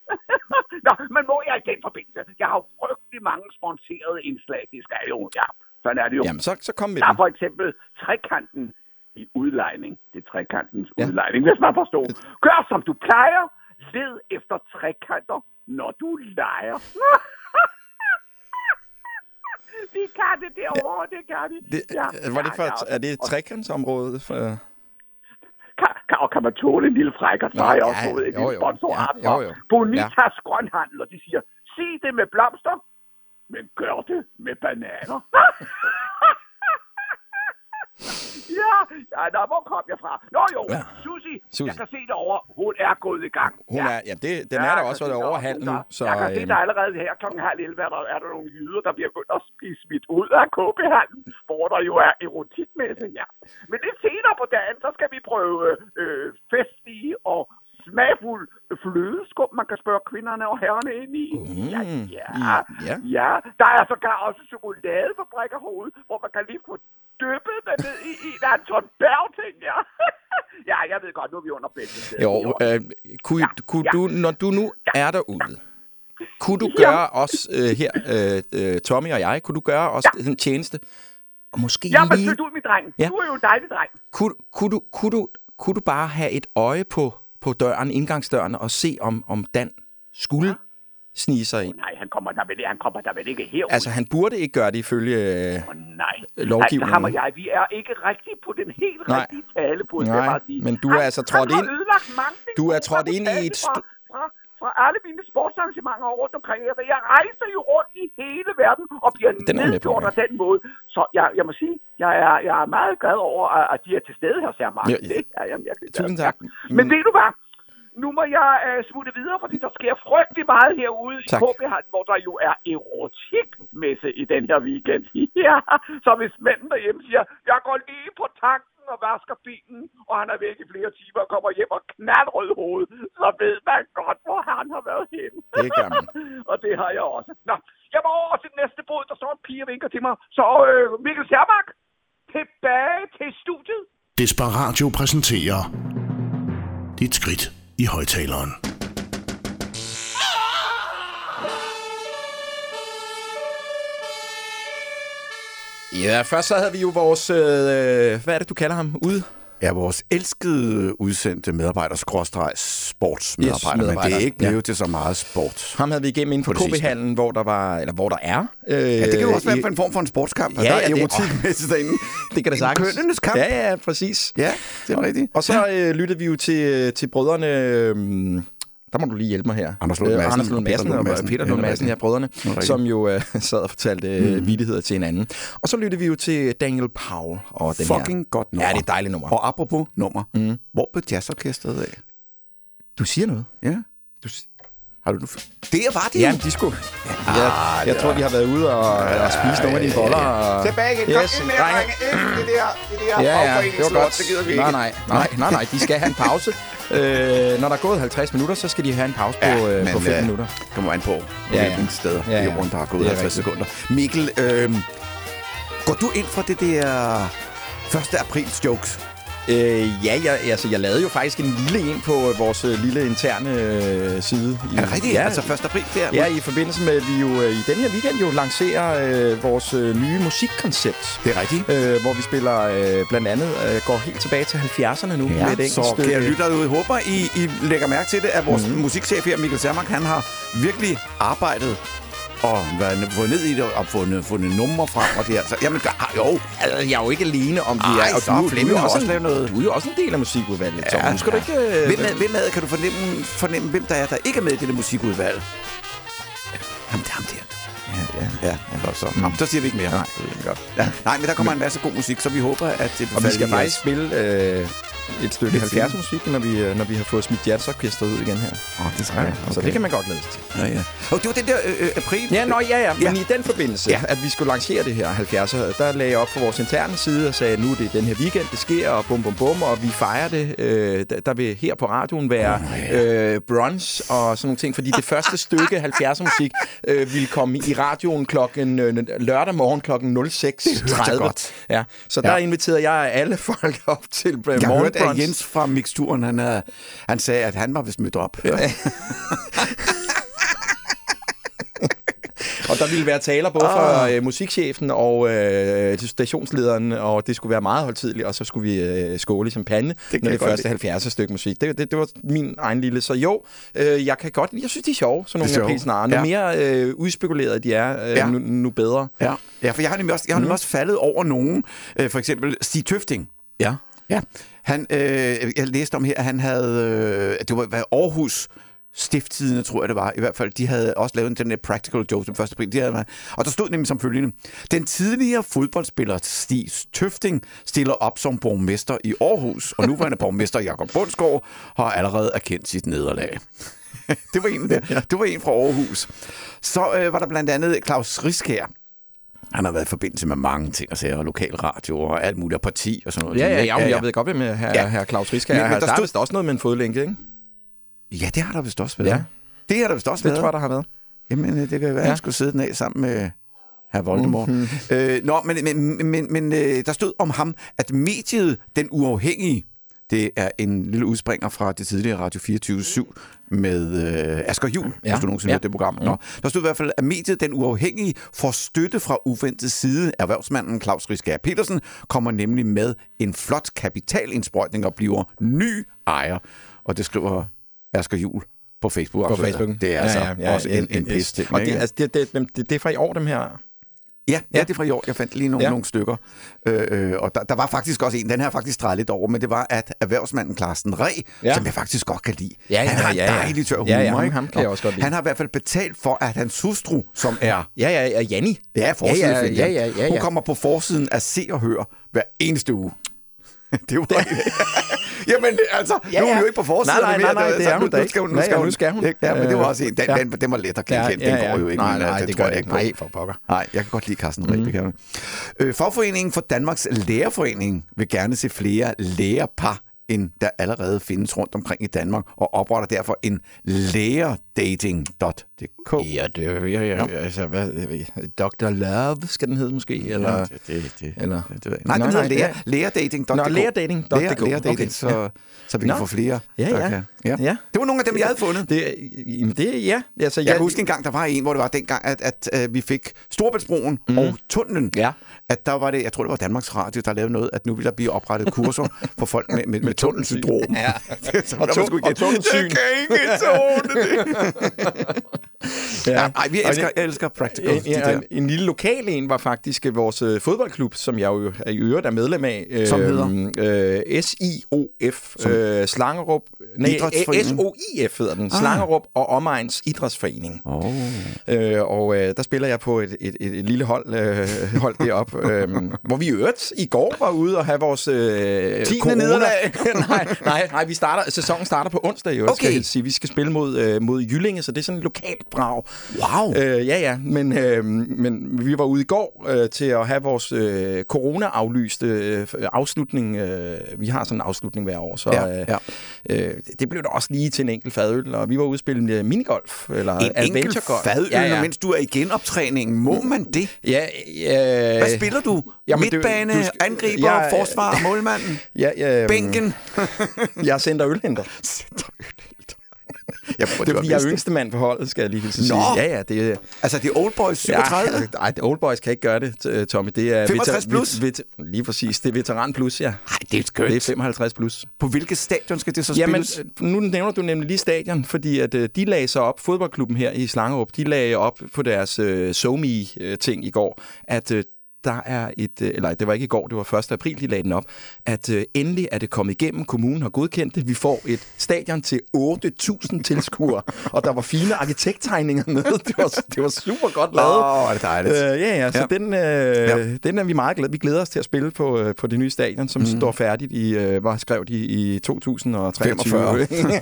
E: Nå, men må jeg i den forbindelse? Jeg har jo frygtelig mange sponserede indslag, det skal jeg jo. Ja. Sådan er det jo.
C: Jamen, så, så kom med
E: Der er
C: den.
E: for eksempel trekanten i udlejning. Det er trekantens
C: Ja.
E: ja. udlejning, hvis man forstår. Gør som du plejer. Led efter trekanter, når du leger. [LAUGHS] vi kan det derovre, det kan vi.
C: Det, ja, var det for,
E: ja, ja.
C: er det
E: Og-
C: trekantsområdet? For,
E: kan, kan, og kan man tåle en lille frækker, så
C: Nå,
E: har jeg
C: ja,
E: også fået et
C: jo,
E: lille
C: jo.
E: sponsorat
C: Ja,
E: fra
C: jo, jo.
E: Bonitas ja. Grønhandel, og de siger, sig det med blomster, men gør det med bananer. [LAUGHS] ja, ja nå, hvor kom jeg fra? Nå jo,
C: Ja.
E: ja. Susi,
C: Susi.
E: jeg kan se derovre, hun er gået i gang.
C: hun ja. er, ja, det, den ja, er der også over halv nu.
E: Så,
C: Så,
E: jeg kan se,
C: øhm,
E: der allerede her kl. halv 11 er der, er der nogle jyder, der bliver begyndt at blive smidt ud af KB-handlen, hvor der jo er erotikmesse, ja. Men lidt senere på dagen, så skal vi prøve øh, festlig og smagfuld flødeskum, man kan spørge kvinderne og herrerne ind i. Mm, ja, ja,
C: i- ja.
E: ja. ja, der er sågar også chokoladefabrikker herude, hvor man kan lige få dyppet den ned i en Anton Berg-ting, ja. [LAUGHS] ja, jeg ved godt, nu er vi under bæltet.
C: jo, øh, kunne, ja,
E: Ja,
C: kunne
E: ja.
C: du, når du nu er derude, kunne du gøre os øh, her, øh, øh, Tommy og jeg, kunne du gøre os ja. en tjeneste? Og måske
E: Ja, men
C: lige...
E: flyt ud, min dreng.
C: Ja.
E: Ja. Du er jo en dejlig dreng.
C: kunne, kunne, du, kunne, du, kunne du bare have et øje på, på døren, indgangsdøren, og se, om, om Dan skulle snige sig ind?
E: Nej, han kommer der vel, han kommer der vel ikke herud.
C: Altså, han burde ikke gøre det ifølge... øh,
E: Åh, nej.
C: lovgivningen.
E: Altså, ham og jeg, vi er ikke rigtig på den helt
C: Nej.
E: rigtige tale på
C: Nej, men du er altså trådt ind-
E: Han har ødelagt mange ting.
C: Du er
E: Jeg
C: trådt
E: har
C: ind i
E: betalt
C: et
E: Fra,
C: st-
E: fra, fra alle mine sportsarrangementer rundt omkring. Altså, jeg rejser jo rundt i hele verden og bliver
C: Den er jeg med på,
E: nedgjort
C: ja.
E: af den måde. Så jeg, jeg må sige, jeg er, jeg er meget glad over, at, at de er til stede her, Sær Mark.
C: Ja,
E: Ja,
C: ja.
E: Det er jeg virkelig glad
C: Tusind
E: for.
C: tak.
E: Men, men ved du hvad? Nu må jeg øh, smutte videre, fordi der sker frygtelig meget herude
C: Tak.
E: i KB Handel, hvor der jo er erotikmesse i den her weekend. [LAUGHS] ja, så hvis manden derhjemme siger, jeg går lige på tanken og vasker bilen, og han er væk i flere timer og kommer hjem og knaldrød hoved, så ved man godt, hvor han har været henne.
C: Det gør man.
E: [LAUGHS] og det har jeg også. Nå, jeg må over til den næste båd, der står en pige og vinker til mig. Så øh, Mikkel Sermark, tilbage til studiet.
A: Desperadio præsenterer Dit skridt i højtaleren.
C: Ja, først så havde vi jo vores... Øh, hvad er det, du kalder ham? Ude?
B: Ja, vores elskede udsendte medarbejder, skråstreg sportsmedarbejder, yes, men det
C: medarbejder,
B: er ikke
C: ja.
B: blevet ja. til så meget sport.
C: Ham havde vi igennem inde på
B: det sidste.
C: KB-hallen, hvor der var... Eller hvor der er. Øh, ja,
B: Det kan jo også være for en form for en sportskamp, ja,
C: Ja,
B: der er
C: ja, det-
B: erotikmæssigt derinde.
C: [LAUGHS] Det kan det
B: En
C: sagtens.
B: kønnenes kamp.
C: Ja, ja, præcis.
B: Ja, det er rigtigt.
C: Og så øh, lyttede vi jo til, til brødrene... Øh, der må du lige hjælpe mig her. Øh,
B: Anders Lund Madsen
C: Anders Lund
B: og Peter
C: Madsen
B: Lund
C: og
B: Madsen.
C: Peter
B: Ja,
C: Lund
B: det er
C: Madsen, ja,
B: rigtigt.
C: brødrene,
B: Det er rigtigt. Mm-hmm.
C: som jo øh, sad og fortalte øh, vittigheder til hinanden. Og så lyttede vi jo til Daniel Powell og den
B: Fucking
C: her.
B: godt nummer.
C: Ja, det er et dejligt nummer.
B: Og apropos nummer, mm. hvor blev jazzorkestret af?
C: Du siger noget.
B: Ja.
C: Du, s-
B: Har du nu... Det var det
C: Ja,
B: jo.
C: men de skulle. Ja, jeg, jeg tror, de har været ude og, og spise nogle af dine boller. Og...
B: Tilbage igen. Kom ind med jer,
C: drenge.
B: drenge. Ind i det der, i det der
C: Ja, ja, det var godt.
B: Det gider vi ikke.
C: Nej, nej, nej, nej, nej, de skal have en pause. øh, når der er gået 50 minutter, så skal de have en pause på,
B: Ja,
C: øh,
B: men,
C: på 5
B: øh,
C: minutter.
B: Kommer an på,
C: ja.
B: hvilken sted ja,
C: Ja, ja.
B: ja. i jorden, der har gået
C: Det er
B: 50 sekunder. Mikkel, øh, går du ind for det der 1. aprils jokes?
C: Øh, ja, jeg, altså, jeg lavede jo faktisk en lille en på øh, vores øh, lille interne øh, side. I,
B: Er det rigtigt?
C: Ja,
B: Altså 1. april der?
C: ja, i forbindelse med, at vi jo øh, i den her weekend jo lancerer øh, vores øh, nye musikkoncept.
B: Det er rigtigt.
C: Øh, hvor vi spiller øh, blandt andet, øh, går helt tilbage til 70'erne nu. med et øh,
B: Ja,
C: enkelt
B: så
C: stykke-
B: kære lytter derude, håber I, I lægger mærke til det, at vores mm. musikchef her, Mikkel Sermark, han har virkelig arbejdet og været fået ned i det og fundet, fundet numre frem og det her. Så, jamen, der, ah, jo,
C: Altså, jeg er jo ikke alene om de
B: Ej,
C: er. Og
B: så
C: du, du,
B: Flemming
C: er
B: har
C: også
B: også
C: en,
B: lavet noget.
C: du er jo også en del af musikudvalget, Tom.
B: Ja,
C: nu skal du
B: ja.
C: ikke... øh,
B: Hvem er, hvem er, kan du fornemme, fornemme, hvem der er, der ikke er med i det der musikudvalg? Jamen, det er ham der. Ja, ja, ja. ja så. Mm. så siger vi ikke mere. Nej, godt. Ja. Nej, men der kommer en masse god musik, så vi håber, at det
C: Og vi
B: falder
C: skal
B: i
C: faktisk
B: os.
C: spille øh, et stykke 70 musik, når vi, øh, når vi har fået smidt jazzorkestret ud igen her.
B: Åh, det skal jeg.
C: Okay. Så det kan man godt læse til.
B: Ja, ja. Og det var den der øh, øh, april...
C: Ja, nå, ja, ja. Men
B: Ja.
C: i den forbindelse, ja.
B: Ja.
C: at vi skulle lancere det her 70'er, der lagde jeg op på vores interne side og sagde, at nu er det den her weekend, det sker, og bum, bum, bum, og vi fejrer det. Øh, der- der vil her på radioen være øh, brunch og sådan nogle ting, fordi
B: [LAUGHS]
C: det første stykke 70'er musik øh, ville komme i radioen klokken, øh, lørdag morgen klokken 06.30.
B: godt.
C: Ja, så der inviterede jeg alle [LAUGHS] folk op til øh,
B: Jeg hørte, at
C: morgenbrunch.
B: Jens fra Mixturen, han, øh, han sagde, at [LAUGHS] han var vist mødt op. Ja.
C: Og der ville være taler både
B: Ah.
C: fra øh, musikchefen og øh, stationslederen, og det skulle være meget højtidligt, og så skulle vi øh, skåle i champagne, det når
B: jeg
C: det
B: godt
C: første 70 stykke musik. Det, det, det var min egen lille. Så jo, øh, jeg kan godt, jeg synes, de er sjove, sådan
B: Det er
C: nogle af
B: sjove.
C: pilsnare. Nu
B: Ja.
C: mere øh, udspekulerede de er, øh,
B: Ja.
C: ja. nu, nu bedre.
B: Ja. ja, for jeg har nemlig også, jeg har nemlig
C: Mhm.
B: også faldet over nogen. Øh, for eksempel Stig Tøfting.
C: Ja.
B: Ja, han, øh, jeg læste om her, at han havde, øh, at det var hvad, Aarhus Stifttidene, tror jeg det var. I hvert fald, de havde også lavet den der Practical Jokes, den første pris. De havde, og der stod nemlig som følgende. Den tidligere fodboldspiller Stig Tøfting stiller op som borgmester i Aarhus, og
C: [LAUGHS]
B: nuværende borgmester Jakob Bundsgaard har allerede erkendt sit nederlag. det, var en, der. [LAUGHS] det var en fra Aarhus. Så øh, var der blandt andet Claus Riskær, han har været i forbindelse med mange ting, og sager, og lokalradio og alt muligt, og parti og sådan noget.
C: Ja, ja, ja, ja, jeg ved godt, hvem øh, her, her,
B: Ja.
C: her Claus Riske
B: Men-
C: er.
B: men
C: Der,
B: der
C: der er
B: stod-
C: vist også noget med en fodlænke, ikke?
B: Ja, det har der vist også været.
C: Ja.
B: Det har der vist også
C: Det
B: været.
C: tror jeg, der har været.
B: Jamen, øh, det kan være, at han skulle sidde den af sammen med øh, herr Voldemort. Mm-hmm. Øh, nå, men, men, men, men øh, der stod om ham, at mediet, den uafhængige, det er en lille udspringer fra det tidligere Radio 24-7 med øh, Asger Jul, ja. hvis du nogensinde ja. Mm.
C: Ja.
B: det program. Nå, der stod i hvert fald, at mediet, den uafhængige, får støtte fra uventet side. Erhvervsmanden Claus Riskær Petersen kommer nemlig med en flot kapitalindsprøjtning og bliver ny ejer. Og det skriver Asger Jul på Facebook.
C: På
B: Altså,
C: Facebook.
B: Det er altså også en, en pis ting.
C: Og det, altså, det, det, det, det, det er fra i år, dem her.
B: Ja, ja, det er fra i år. Jeg fandt lige nogle, ja.
C: Ja.
B: nogle stykker. Øh, øh, og der, der var faktisk også en, den her faktisk drejet lidt over, men det var, at erhvervsmanden Carsten Re, ja.
C: Ja.
B: som jeg faktisk godt kan lide,
C: Ja, ja,
B: han har en
C: ja, ja.
B: dejlig tør humor.
C: Ja, ja, ham-
B: ikke?
C: ham kan
B: Nå,
C: jeg også godt lide.
B: Han har i hvert fald betalt for, at hans hustru, som er...
C: Ja, ja, ja, Janni.
B: Ja, forsiden,
C: ja, ja, ja, ja,
B: Hun
C: ja.
B: kommer på forsiden af Se og Hør hver eneste uge. [LAUGHS] det var [LAUGHS] Jamen, altså, ja,
C: Ja,
B: nu er hun
C: ja.
B: jo ikke på forsiden.
C: Nej, nej, nej, nej, det er hun
B: nu,
C: da
B: nu
C: ikke.
B: skal hun, nu
C: Nej,
B: skal
C: ja,
B: hun.
C: nu skal hun.
B: Ikke? Ja, men det var
C: Øh,
B: også en. Den,
C: ja.
B: den, den var let at kende. Ja, ja, ja. Den går jo ikke.
C: Nej,
B: men, øh,
C: nej,
B: den
C: det
B: tror
C: gør
B: jeg
C: det
B: på.
C: ikke. Nej, for pokker. Mhm.
B: Nej, jeg kan godt lide Carsten mm. Rebbe. Øh, fagforeningen for Danmarks Lærerforening vil gerne se flere lærerpar, end der allerede findes rundt omkring i Danmark, og opretter derfor en lærerdating.dk.
C: Ja, det er ja, ja, altså, hvad, Dr. Love skal den hedde måske, eller... Ja, det, det, det, eller
B: Nej, nej, den hedder lærer, lærerdating.dk.
C: Nå, lærerdating.dk.
B: Lærer, lærerdating,
C: Okay,
B: så,
C: ja.
B: så vi kan
C: Nå.
B: få flere.
C: Ja,
B: der
C: ja.
B: Kan.
C: Ja.
B: Det var nogle af dem, jeg havde fundet.
C: Det, jamen, det, ja. Altså,
B: Jeg kan huske en gang, der var en, hvor det var dengang, at, at, at vi fik Storbæltsbroen mm. og tunnelen.
C: Ja.
B: At der var det, jeg tror det var Danmarks Radio, der lavede noget, at nu ville der blive oprettet kurser
C: [LAUGHS]
B: for folk med, med, med tunnelsyndrom. [LAUGHS] Ja. så var
C: Og
B: der
C: tun-
B: måske
C: og tunnelsyn.
B: Jeg kan ikke tåle det.
C: [LAUGHS] Ja.
B: Nej, vi
C: Og
B: elsker,
C: det-
B: jeg elsker practical.
C: En,
B: de
C: ja,
B: der.
C: en, en lille lokal en var faktisk øh, vores øh, fodboldklub, som jeg jo er i øvrigt er medlem af. Øh,
B: Som
C: Øh, SIOF, øh, Slangerup. Nej,
B: Idrætsforening. Ah.
C: SOIF hedder den. Slangerup og Omegns Idrætsforening. Oh. Øh, og øh, der spiller jeg på et, et, et, et lille hold, øh, hold deroppe, øh, hvor vi i øvrigt i går var ude og have vores øh,
B: Tiende
C: corona-
B: nederlag.
C: [LAUGHS] nej, nej, nej, vi starter, sæsonen starter på onsdag i øvrigt,
B: Okay.
C: skal jeg helst sige. Vi skal spille mod, øh, mod Jyllinge, så det er sådan et lokalt brag.
B: Wow.
C: Øh, ja, ja, men, øh, men vi var ude i går øh, til at have vores øh, corona-aflyste øh, afslutning. Øh, vi har sådan en afslutning hver år, så
B: Ja,
C: øh,
B: ja.
C: Øh, det blev da også lige til en enkelt fadøl, og vi var ude og spille øh, minigolf, eller
B: En enkelt
C: adventure-golf.
B: fadøl,
C: ja, Mm. ja.
B: mens du er i genoptræningen. Må man det?
C: Ja, øh,
B: Hvad spiller du?
C: jamen, det-
B: Midtbane,
C: du skal-
B: angriber,
C: Jeg- [LAUGHS]
B: forsvar, målmanden,
C: Ja, ja, øh,
B: bænken?
C: Jeg er center
B: [LAUGHS]
C: ølhenter.
B: Jeg prøver,
C: Det er, fordi jeg er
B: vidste.
C: yngste mand på holdet, skal jeg lige hilse
B: Nå.
C: sige. Ja, ja, det er...
B: Altså, det er Old Boys 37?
C: [LAUGHS] Ja, nej, old boys kan ikke gøre det, t- Tommy. Det er
B: 65
C: veter-
B: plus?
C: Vet, vet, lige præcis. Det er veteran plus, ja.
B: Nej, det er skønt.
C: Det er 55 plus.
B: På hvilket stadion skal det så
C: Jamen,
B: spilles?
C: øh, nu nævner du nemlig lige stadion, fordi at øh, de lagde sig op, fodboldklubben her i Slangerup, de lagde op på deres øh, SoMe-ting i går, at øh, der er et, øh, eller det var ikke i går, det var 1. april, de lagde den op, at øh, endelig er det kommet igennem, kommunen har godkendt det, vi får et stadion til 8.000
B: [LAUGHS]
C: tilskuere, og der var fine arkitekttegninger med, det var, det var super godt lavet.
B: Åh, hvor er det dejligt.
C: Øh, ja, ja, så
B: Ja.
C: ja. Den, øh,
B: Ja.
C: ja. den er vi meget glade. Vi glæder os til at spille på, øh, på det nye stadion, som mm.
B: Mhm.
C: står færdigt i, øh, hvad skrev de, i 2023.
B: [LAUGHS] 45.
C: den 1.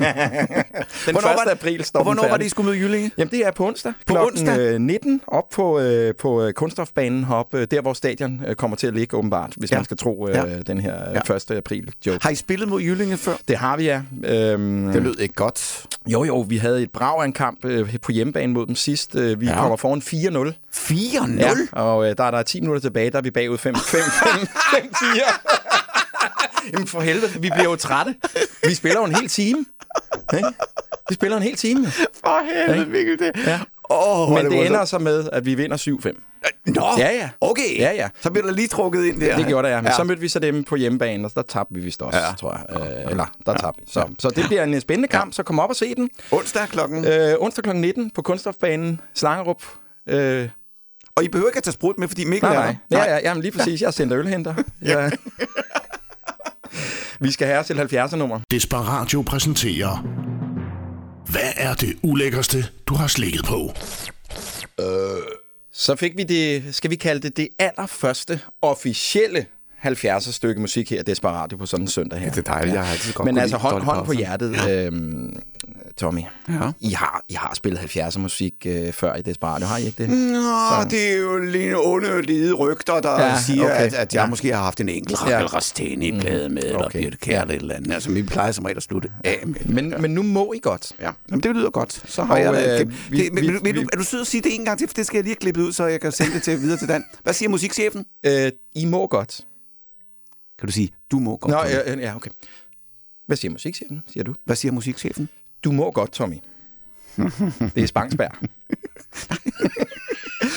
B: var det-
C: april står
B: Og hvornår
C: den
B: var det, I
C: færdig.
B: skulle møde Jyllinge?
C: Jamen, det er på onsdag.
B: På
C: klokken,
B: onsdag?
C: øh, 19 op på, øh, på øh, kunststofbanen heroppe, øh, der hvor stadion øh, kommer til at ligge åbenbart, hvis
B: Ja.
C: man skal tro øh,
B: Ja.
C: ja. den her
B: Ja.
C: ja. 1. april-joke.
B: Har I spillet mod Jyllinge før?
C: Det har vi, ja. Øhm,
B: Det lød ikke godt.
C: jo, jo, vi havde et brag af en kamp øh, på hjemmebane mod dem sidst. Øh, vi
B: Ja.
C: ja. kommer foran 4-0.
B: 4-0?
C: Ja, og øh, der, er- der er 10 minutter tilbage, der er vi bagud 5 5 5 5 [LAUGHS] 10. Jamen for helvede, vi bliver jo trætte. Vi spiller jo en hel time. Ikke? Vi spiller en hel time.
B: For helvede, Mikkel, det.
C: Ja.
B: Åh,
C: Men det ender så med, at vi vinder 7-5.
B: Nå,
C: Ja, ja.
B: Okay.
C: Ja, ja.
B: Så bliver der lige trukket ind der.
C: Det gjorde der, ja. Men
B: Ja.
C: så mødte vi så dem på hjemmebane, og der tabte vi vist også,
B: Ja.
C: ja. tror jeg. Øh, eller, der ja. tabte vi. Så, så det bliver en øh, spændende kamp, så kom op og se den.
B: Onsdag klokken.
C: Øh, onsdag kl. 19 på Kunststofbanen, Slangerup. Øh,
B: Og I behøver ikke at tage sprut med, fordi Mikkel
C: nej,
B: er
C: nej.
B: der.
C: Ja, ja, jamen lige præcis. Jeg sendte ølhenter. [LAUGHS] Ja. vi skal have os til 70'er-nummer.
A: Desperadio præsenterer Hvad er det ulækkerste, du har slikket på?
C: Så fik vi det, skal vi kalde det, det allerførste officielle 70'er stykke musik her, Desperado, på sådan en søndag her.
B: Det er dejligt. Jeg har altid godt
C: Men
B: kunne
C: altså,
B: lide
C: hånd,
B: Dolly
C: hånd på
B: Parton.
C: hjertet, øhm, Tommy.
B: Ja.
C: I, har, I har spillet 70'er musik øh, før i Desperado, har I ikke det? Mm.
B: Nå, det er jo lige nogle onde lide rygter, der ja,
C: Ja,
B: siger, okay.
C: okay.
B: at, at jeg ja. måske har haft en enkelt
C: Ja. Mm.
B: Rafael Rasteni i plade med, eller okay. Birte Kjær eller et eller andet. Altså, vi plejer som regel at slutte af med.
C: Men, men nu må I godt.
B: Ja, Jamen, det lyder godt. Så har
C: Og,
B: jeg da...
C: øh,
B: det,
C: vi-
B: det, men,
C: vi-
B: vil, vil, du,
C: vi-
B: er du sød at sige det en gang til, for det skal jeg lige have klippet ud, så jeg kan sende det til videre til Dan. Hvad siger musikchefen?
C: Øh, I må godt.
B: Kan du sige, du må godt.
C: Nå, øh,
B: Tommy.
C: ja, ja, okay. Hvad siger musikchefen, siger du?
B: Hvad siger musikchefen?
C: Du må godt, Tommy. det er Spangsberg.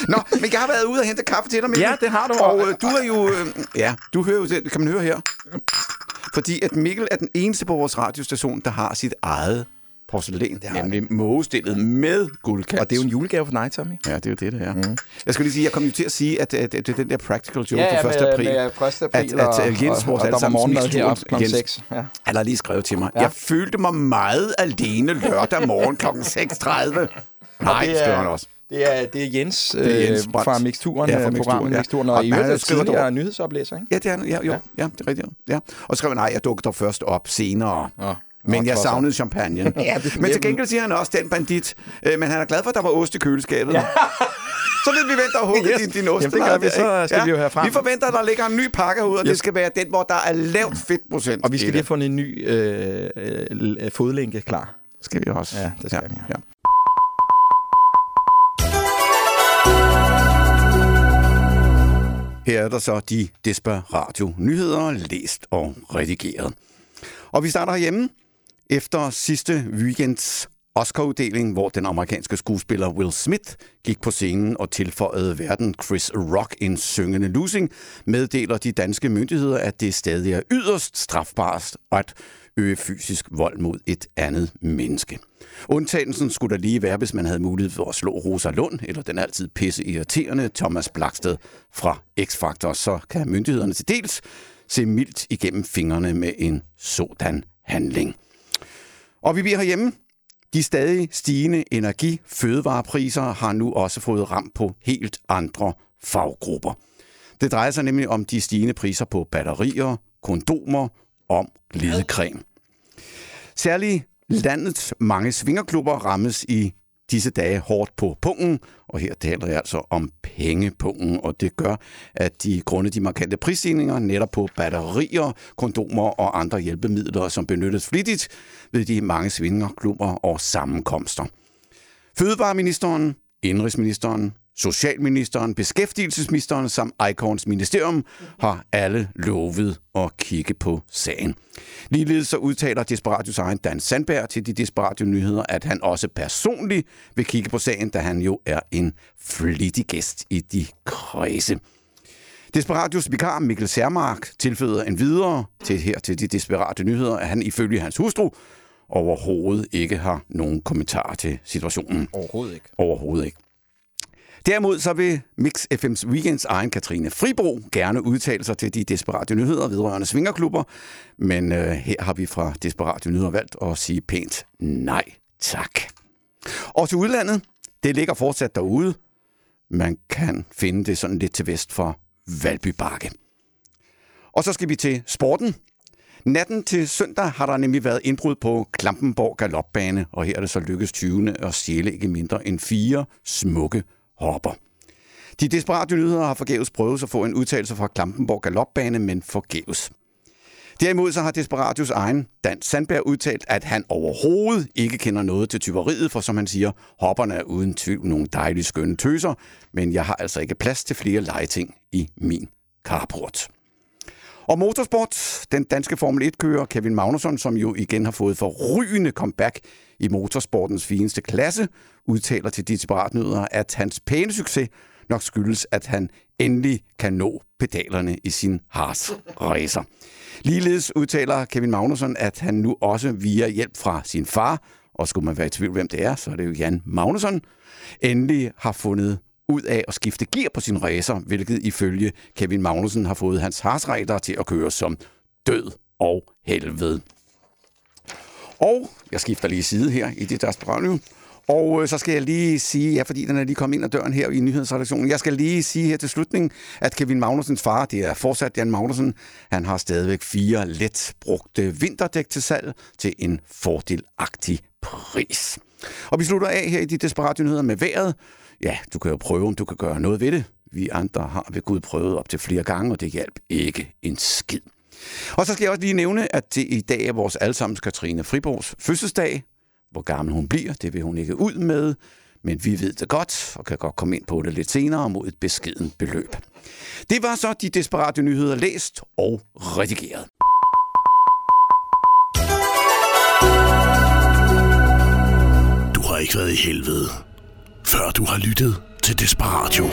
B: Nå, men jeg har været ude og hente kaffe til dig, Mikkel.
C: Ja, det har du.
B: Og øh, du er jo... Øh, ja, du hører jo det. Kan man høre her? Fordi at Mikkel er den eneste på vores radiostation, der har sit eget porcelæn. Nemlig mågestillet med guldkant.
C: Og det er jo en julegave for dig, Tommy.
B: Ja, det er jo det, det er. Mm. Jeg skulle lige sige, jeg kom jo til at sige, at, at, at det er den der practical joke
C: Ja, ja,
B: fra 1.
C: med-
B: april.
C: med 1. april
B: at, at
C: og-
B: Jens, vores
C: og- og der var
B: allesammens
C: morgenmad
B: mistur-
C: heroppe klokken
B: Jens,
C: seks, ja.
B: Han har lige skrevet til mig. Ja. Jeg følte mig meget alene lørdag morgen kl. 6.30. Nej, det skriver han også.
C: Det er, det er Jens, det
B: er
C: er
B: Jens
C: Jens
B: Brandt.
C: fra Mixturen,
B: Ja,
C: ja,
B: fra
C: fra
B: Mixturen,
C: programmet
B: ja.
C: ja. Mixturen, og,
B: Og
C: i
B: han
C: øvrigt
B: har
C: er
B: skrevet over.
C: tidligere nyhedsoplæser, ikke?
B: Ja, det er han. Ja, jo. Ja. ja, det er rigtigt. Ja. Og så skrev han, nej, jeg dukker først op senere. Ja.
C: Nå,
B: Men
C: nå,
B: jeg
C: trods alt.
B: savnede
C: [LAUGHS]
B: champagne. ja,
C: det-
B: men til gengæld siger han også, den bandit. Øh, men han er glad for, at der var ost i køleskabet. Ja. [LAUGHS] så lidt vi venter og hugger yes. din, din ost.
C: Jamen, det gør vi, så skal vi jo herfra.
B: Vi forventer, at der ligger en ny pakke ud, og yes. det skal være den, hvor der er lavt fedtprocent.
C: Og vi skal
B: i
C: lige
B: det.
C: have fundet en ny øh, øh, øh, fodlænke klar.
B: skal vi også.
C: Ja, det skal vi.
B: Ja. Her er der så de Desperatio nyheder, læst og redigeret. Og vi starter hjemme efter sidste weekends Oscar-uddeling, hvor den amerikanske skuespiller Will Smith gik på scenen og tilføjede verden Chris Rock en syngende losing, meddeler de danske myndigheder, at det stadig er yderst strafbart at øge fysisk vold mod et andet menneske. Undtagelsen skulle der lige være, hvis man havde mulighed for at slå Rosa Lund, eller den altid pisse irriterende Thomas Blaksted fra X-Factor, så kan myndighederne til dels se mildt igennem fingrene med en sådan handling. Og vi bliver herhjemme. De stadig stigende energi fødevarepriser har nu også fået ram på helt andre faggrupper. Det drejer sig nemlig om de stigende priser på batterier, kondomer, om ledecreme. Særligt landets mange svingerklubber rammes i disse dage hårdt på pungen, og her taler jeg altså om pengepungen, og det gør, at de grundet de markante prisstigninger netop på batterier, kondomer og andre hjælpemidler, som benyttes flittigt ved de mange svingerklubber og sammenkomster. Fødevareministeren, Indrigsministeren, Socialministeren, Beskæftigelsesministeren samt Icons Ministerium har alle lovet at kigge på sagen. Ligeledes så udtaler Desperatius egen Dan Sandberg til de Desperatio nyheder, at han også personligt vil kigge på sagen, da han jo er en flittig gæst i de kredse. Desperatius vikar Mikkel Særmark tilføjer en videre til her til de desperate nyheder, at han ifølge hans hustru overhovedet ikke har nogen kommentarer til situationen.
C: Overhovedet ikke.
B: Overhovedet ikke. Derimod så vil Mix FM's Weekends egen Katrine Fribro gerne udtale sig til de desperate nyheder vedrørende svingerklubber, men øh, her har vi fra Desperate Nyheder valgt at sige pænt nej tak. Og til udlandet, det ligger fortsat derude. Man kan finde det sådan lidt til vest for Valby Bakke. Og så skal vi til sporten. Natten til søndag har der nemlig været indbrud på Klampenborg Galopbane, og her er det så lykkedes 20. at stjæle ikke mindre end fire smukke hopper. De desperate nyheder har forgæves prøvet at få en udtalelse fra Klampenborg Galopbane, men forgæves. Derimod så har Desperatius egen Dan Sandberg udtalt, at han overhovedet ikke kender noget til tyveriet, for som han siger, hopperne er uden tvivl nogle dejlige skønne tøser, men jeg har altså ikke plads til flere legeting i min carport. Og motorsport, den danske Formel 1-kører Kevin Magnusson, som jo igen har fået forrygende comeback i motorsportens fineste klasse, udtaler til Disparatnyder, at hans pæne succes nok skyldes, at han endelig kan nå pedalerne i sin Haas racer. Ligeledes udtaler Kevin Magnusson, at han nu også via hjælp fra sin far, og skulle man være i tvivl, hvem det er, så er det jo Jan Magnusson, endelig har fundet ud af at skifte gear på sin racer, hvilket ifølge Kevin Magnussen har fået hans harsræder til at køre som død og helvede. Og jeg skifter lige side her i det der nu. Og øh, så skal jeg lige sige, ja, fordi den er lige kommet ind ad døren her i nyhedsredaktionen, jeg skal lige sige her til slutningen, at Kevin Magnusens far, det er fortsat Jan Magnussen, han har stadigvæk fire let brugte vinterdæk til salg til en fordelagtig pris. Og vi slutter af her i de desperate nyheder med vejret. Ja, du kan jo prøve, om du kan gøre noget ved det. Vi andre har ved Gud prøvet op til flere gange, og det hjalp ikke en skid. Og så skal jeg også lige nævne, at det i dag er vores allesammens Katrine Friborgs fødselsdag. Hvor gammel hun bliver, det vil hun ikke ud med, men vi ved det godt og kan godt komme ind på det lidt senere mod et beskeden beløb. Det var så de desperate nyheder læst og redigeret.
A: Du har ikke været i helvede, før du har lyttet til Desperatio.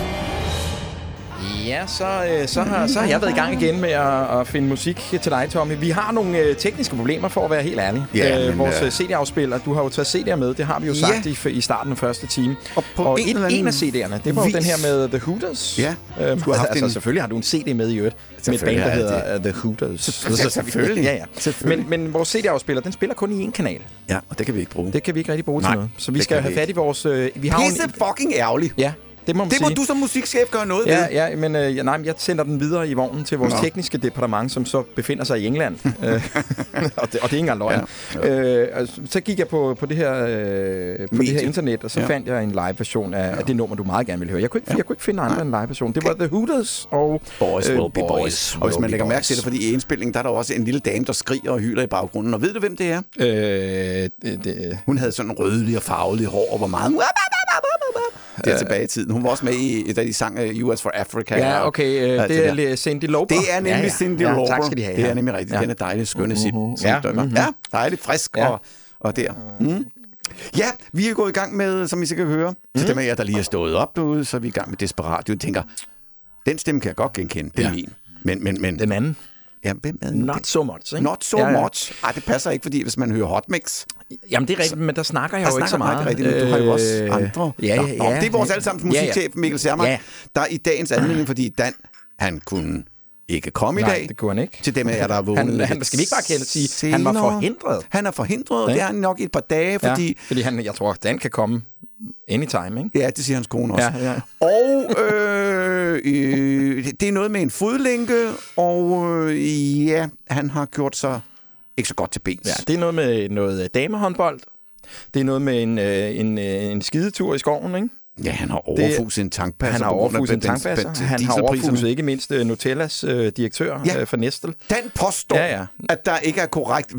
C: Ja, så, øh, så, har, så har jeg været i gang igen med at, at finde musik til dig, Tommy. Vi har nogle øh, tekniske problemer, for at være helt ærlig.
B: Ja, men,
C: vores
B: øh,
C: øh, CD-afspiller, du har jo taget CD'er med, det har vi jo sagt
B: Ja.
C: ja. i, f- i starten af første time.
B: Og på
C: og
B: en
C: en,
B: eller anden
C: en af CD'erne, det var jo
B: vis-
C: den her med The Hooters.
B: Ja,
C: øhm,
B: du har haft
C: altså,
B: en-
C: selvfølgelig har du en CD med i øvrigt, med et band,
B: Selvfølgelig
C: der
B: har jeg
C: hedder det. The Hooters.
B: Selvfølgelig. Selvfølgelig.
C: Ja, ja.
B: Selvfølgelig.
C: Men, men vores CD-afspiller, den spiller kun i én kanal.
B: Ja, og det kan vi ikke bruge.
C: Det kan vi ikke rigtig bruge
B: Nej,
C: til noget. Så vi
B: det
C: skal
B: kan
C: have
B: vi
C: fat i vores... Øh, vi har jo en-
B: Pisse fucking ærgerligt.
C: Ja, det må man
B: Det må
C: sige.
B: du som musikchef gøre noget ved.
C: Ja, ja, men øh, ja, nej, men jeg sender den videre i vognen til vores
B: Nå.
C: Nå. tekniske departement, som så befinder sig i England.
B: [LAUGHS]
C: Øh, [LAUGHS] og, det, og det er ikke engang løgn. Ja, ja. Øh, altså, så gik jeg på, på, det, her, øh, på det
B: Medie.
C: her internet, og så
B: Ja.
C: ja. fandt jeg en live-version af, ja. af det nummer, du meget gerne ville høre. Jeg kunne ikke, ja. jeg kunne ikke finde andre end live-version. Det var The Hooters og...
B: Boys
C: øh,
B: will be boys. Og hvis
C: will
B: man
C: be
B: lægger mærke
C: boys.
B: til det, fordi i indspillingen, der er der også en lille dame, der skriger og hyler i baggrunden. Og ved du, hvem det er?
C: Øh, det, det,
B: Hun havde sådan rødlig og farvelig hår, og var meget... Det er tilbage i tiden. Hun var også med i, da de sang øh, US for Africa.
C: ja,
B: og
C: okay. Øh,
B: alt
C: det er
B: der.
C: lidt Cindy Lauper.
B: det er nemlig
C: ja, ja.
B: Cindy
C: ja,
B: Lauper.
C: Tak skal de have.
B: Det
C: ja.
B: er nemlig rigtigt.
C: Ja. Mm-hmm.
B: Den er dejlig, skønne uh
C: Ja,
B: Ja, mm ja, dejligt frisk
C: Ja.
B: og, og der. Mm. Ja, vi er gået i gang med, som I sikkert høre, til
C: Mm.
B: dem af jer, der lige er stået op derude, så er vi i gang med Desperat. Du tænker, den stemme kan jeg godt genkende, det er ja. min. Men, men, men,
C: Den anden.
B: ja, hvem er den?
C: Not so much. Ikke?
B: Not so ja, ja. much. Ej, det passer ikke, fordi hvis man hører hotmix,
C: Jamen, det er rigtigt, men der snakker jeg
B: der
C: jo ikke så
B: snakker man
C: meget.
B: ikke rigtigt, men du har jo også
C: Øh,
B: andre.
C: Ja, ja,
B: Nå,
C: ja.
B: nå, det er vores allesammens musikchef,
C: Ja,
B: Mikkel Sermark,
C: Ja.
B: der i dagens anledning, fordi Dan, han kunne ikke komme
C: Nej,
B: i dag.
C: det kunne han ikke.
B: Til dem af jer, der er vågnet
C: Han-
B: lidt
C: han- skal vi ikke bare kalde det sige, han var
B: senere.
C: forhindret?
B: Han er forhindret, ja. det er han nok i et par dage,
C: ja.
B: fordi...
C: fordi han, jeg tror, Dan kan komme anytime, ikke?
B: Ja, det siger hans kone også.
C: Ja, ja.
B: Og øh, øh, det er noget med en fodlænke, og øh, ja, han har gjort sig ikke så godt til bens.
C: Ja, det er noget med noget øh, damehåndbold. Det er noget med en, øh, en, øh, en skidetur i skoven, ikke?
B: Ja, han har overfuset en tankpasser.
C: han har
B: på grund af
C: overfuset en
B: ben- ben-
C: tankpasser.
B: ben-
C: Han har
B: dieselpriserne.
C: overfuset ikke mindst øh, Nutellas øh, direktør
B: Ja.
C: ja. øh, for Nestel.
B: Dan påstår, ja,
C: Ja,
B: ja.
C: ja.
B: at der ikke er korrekt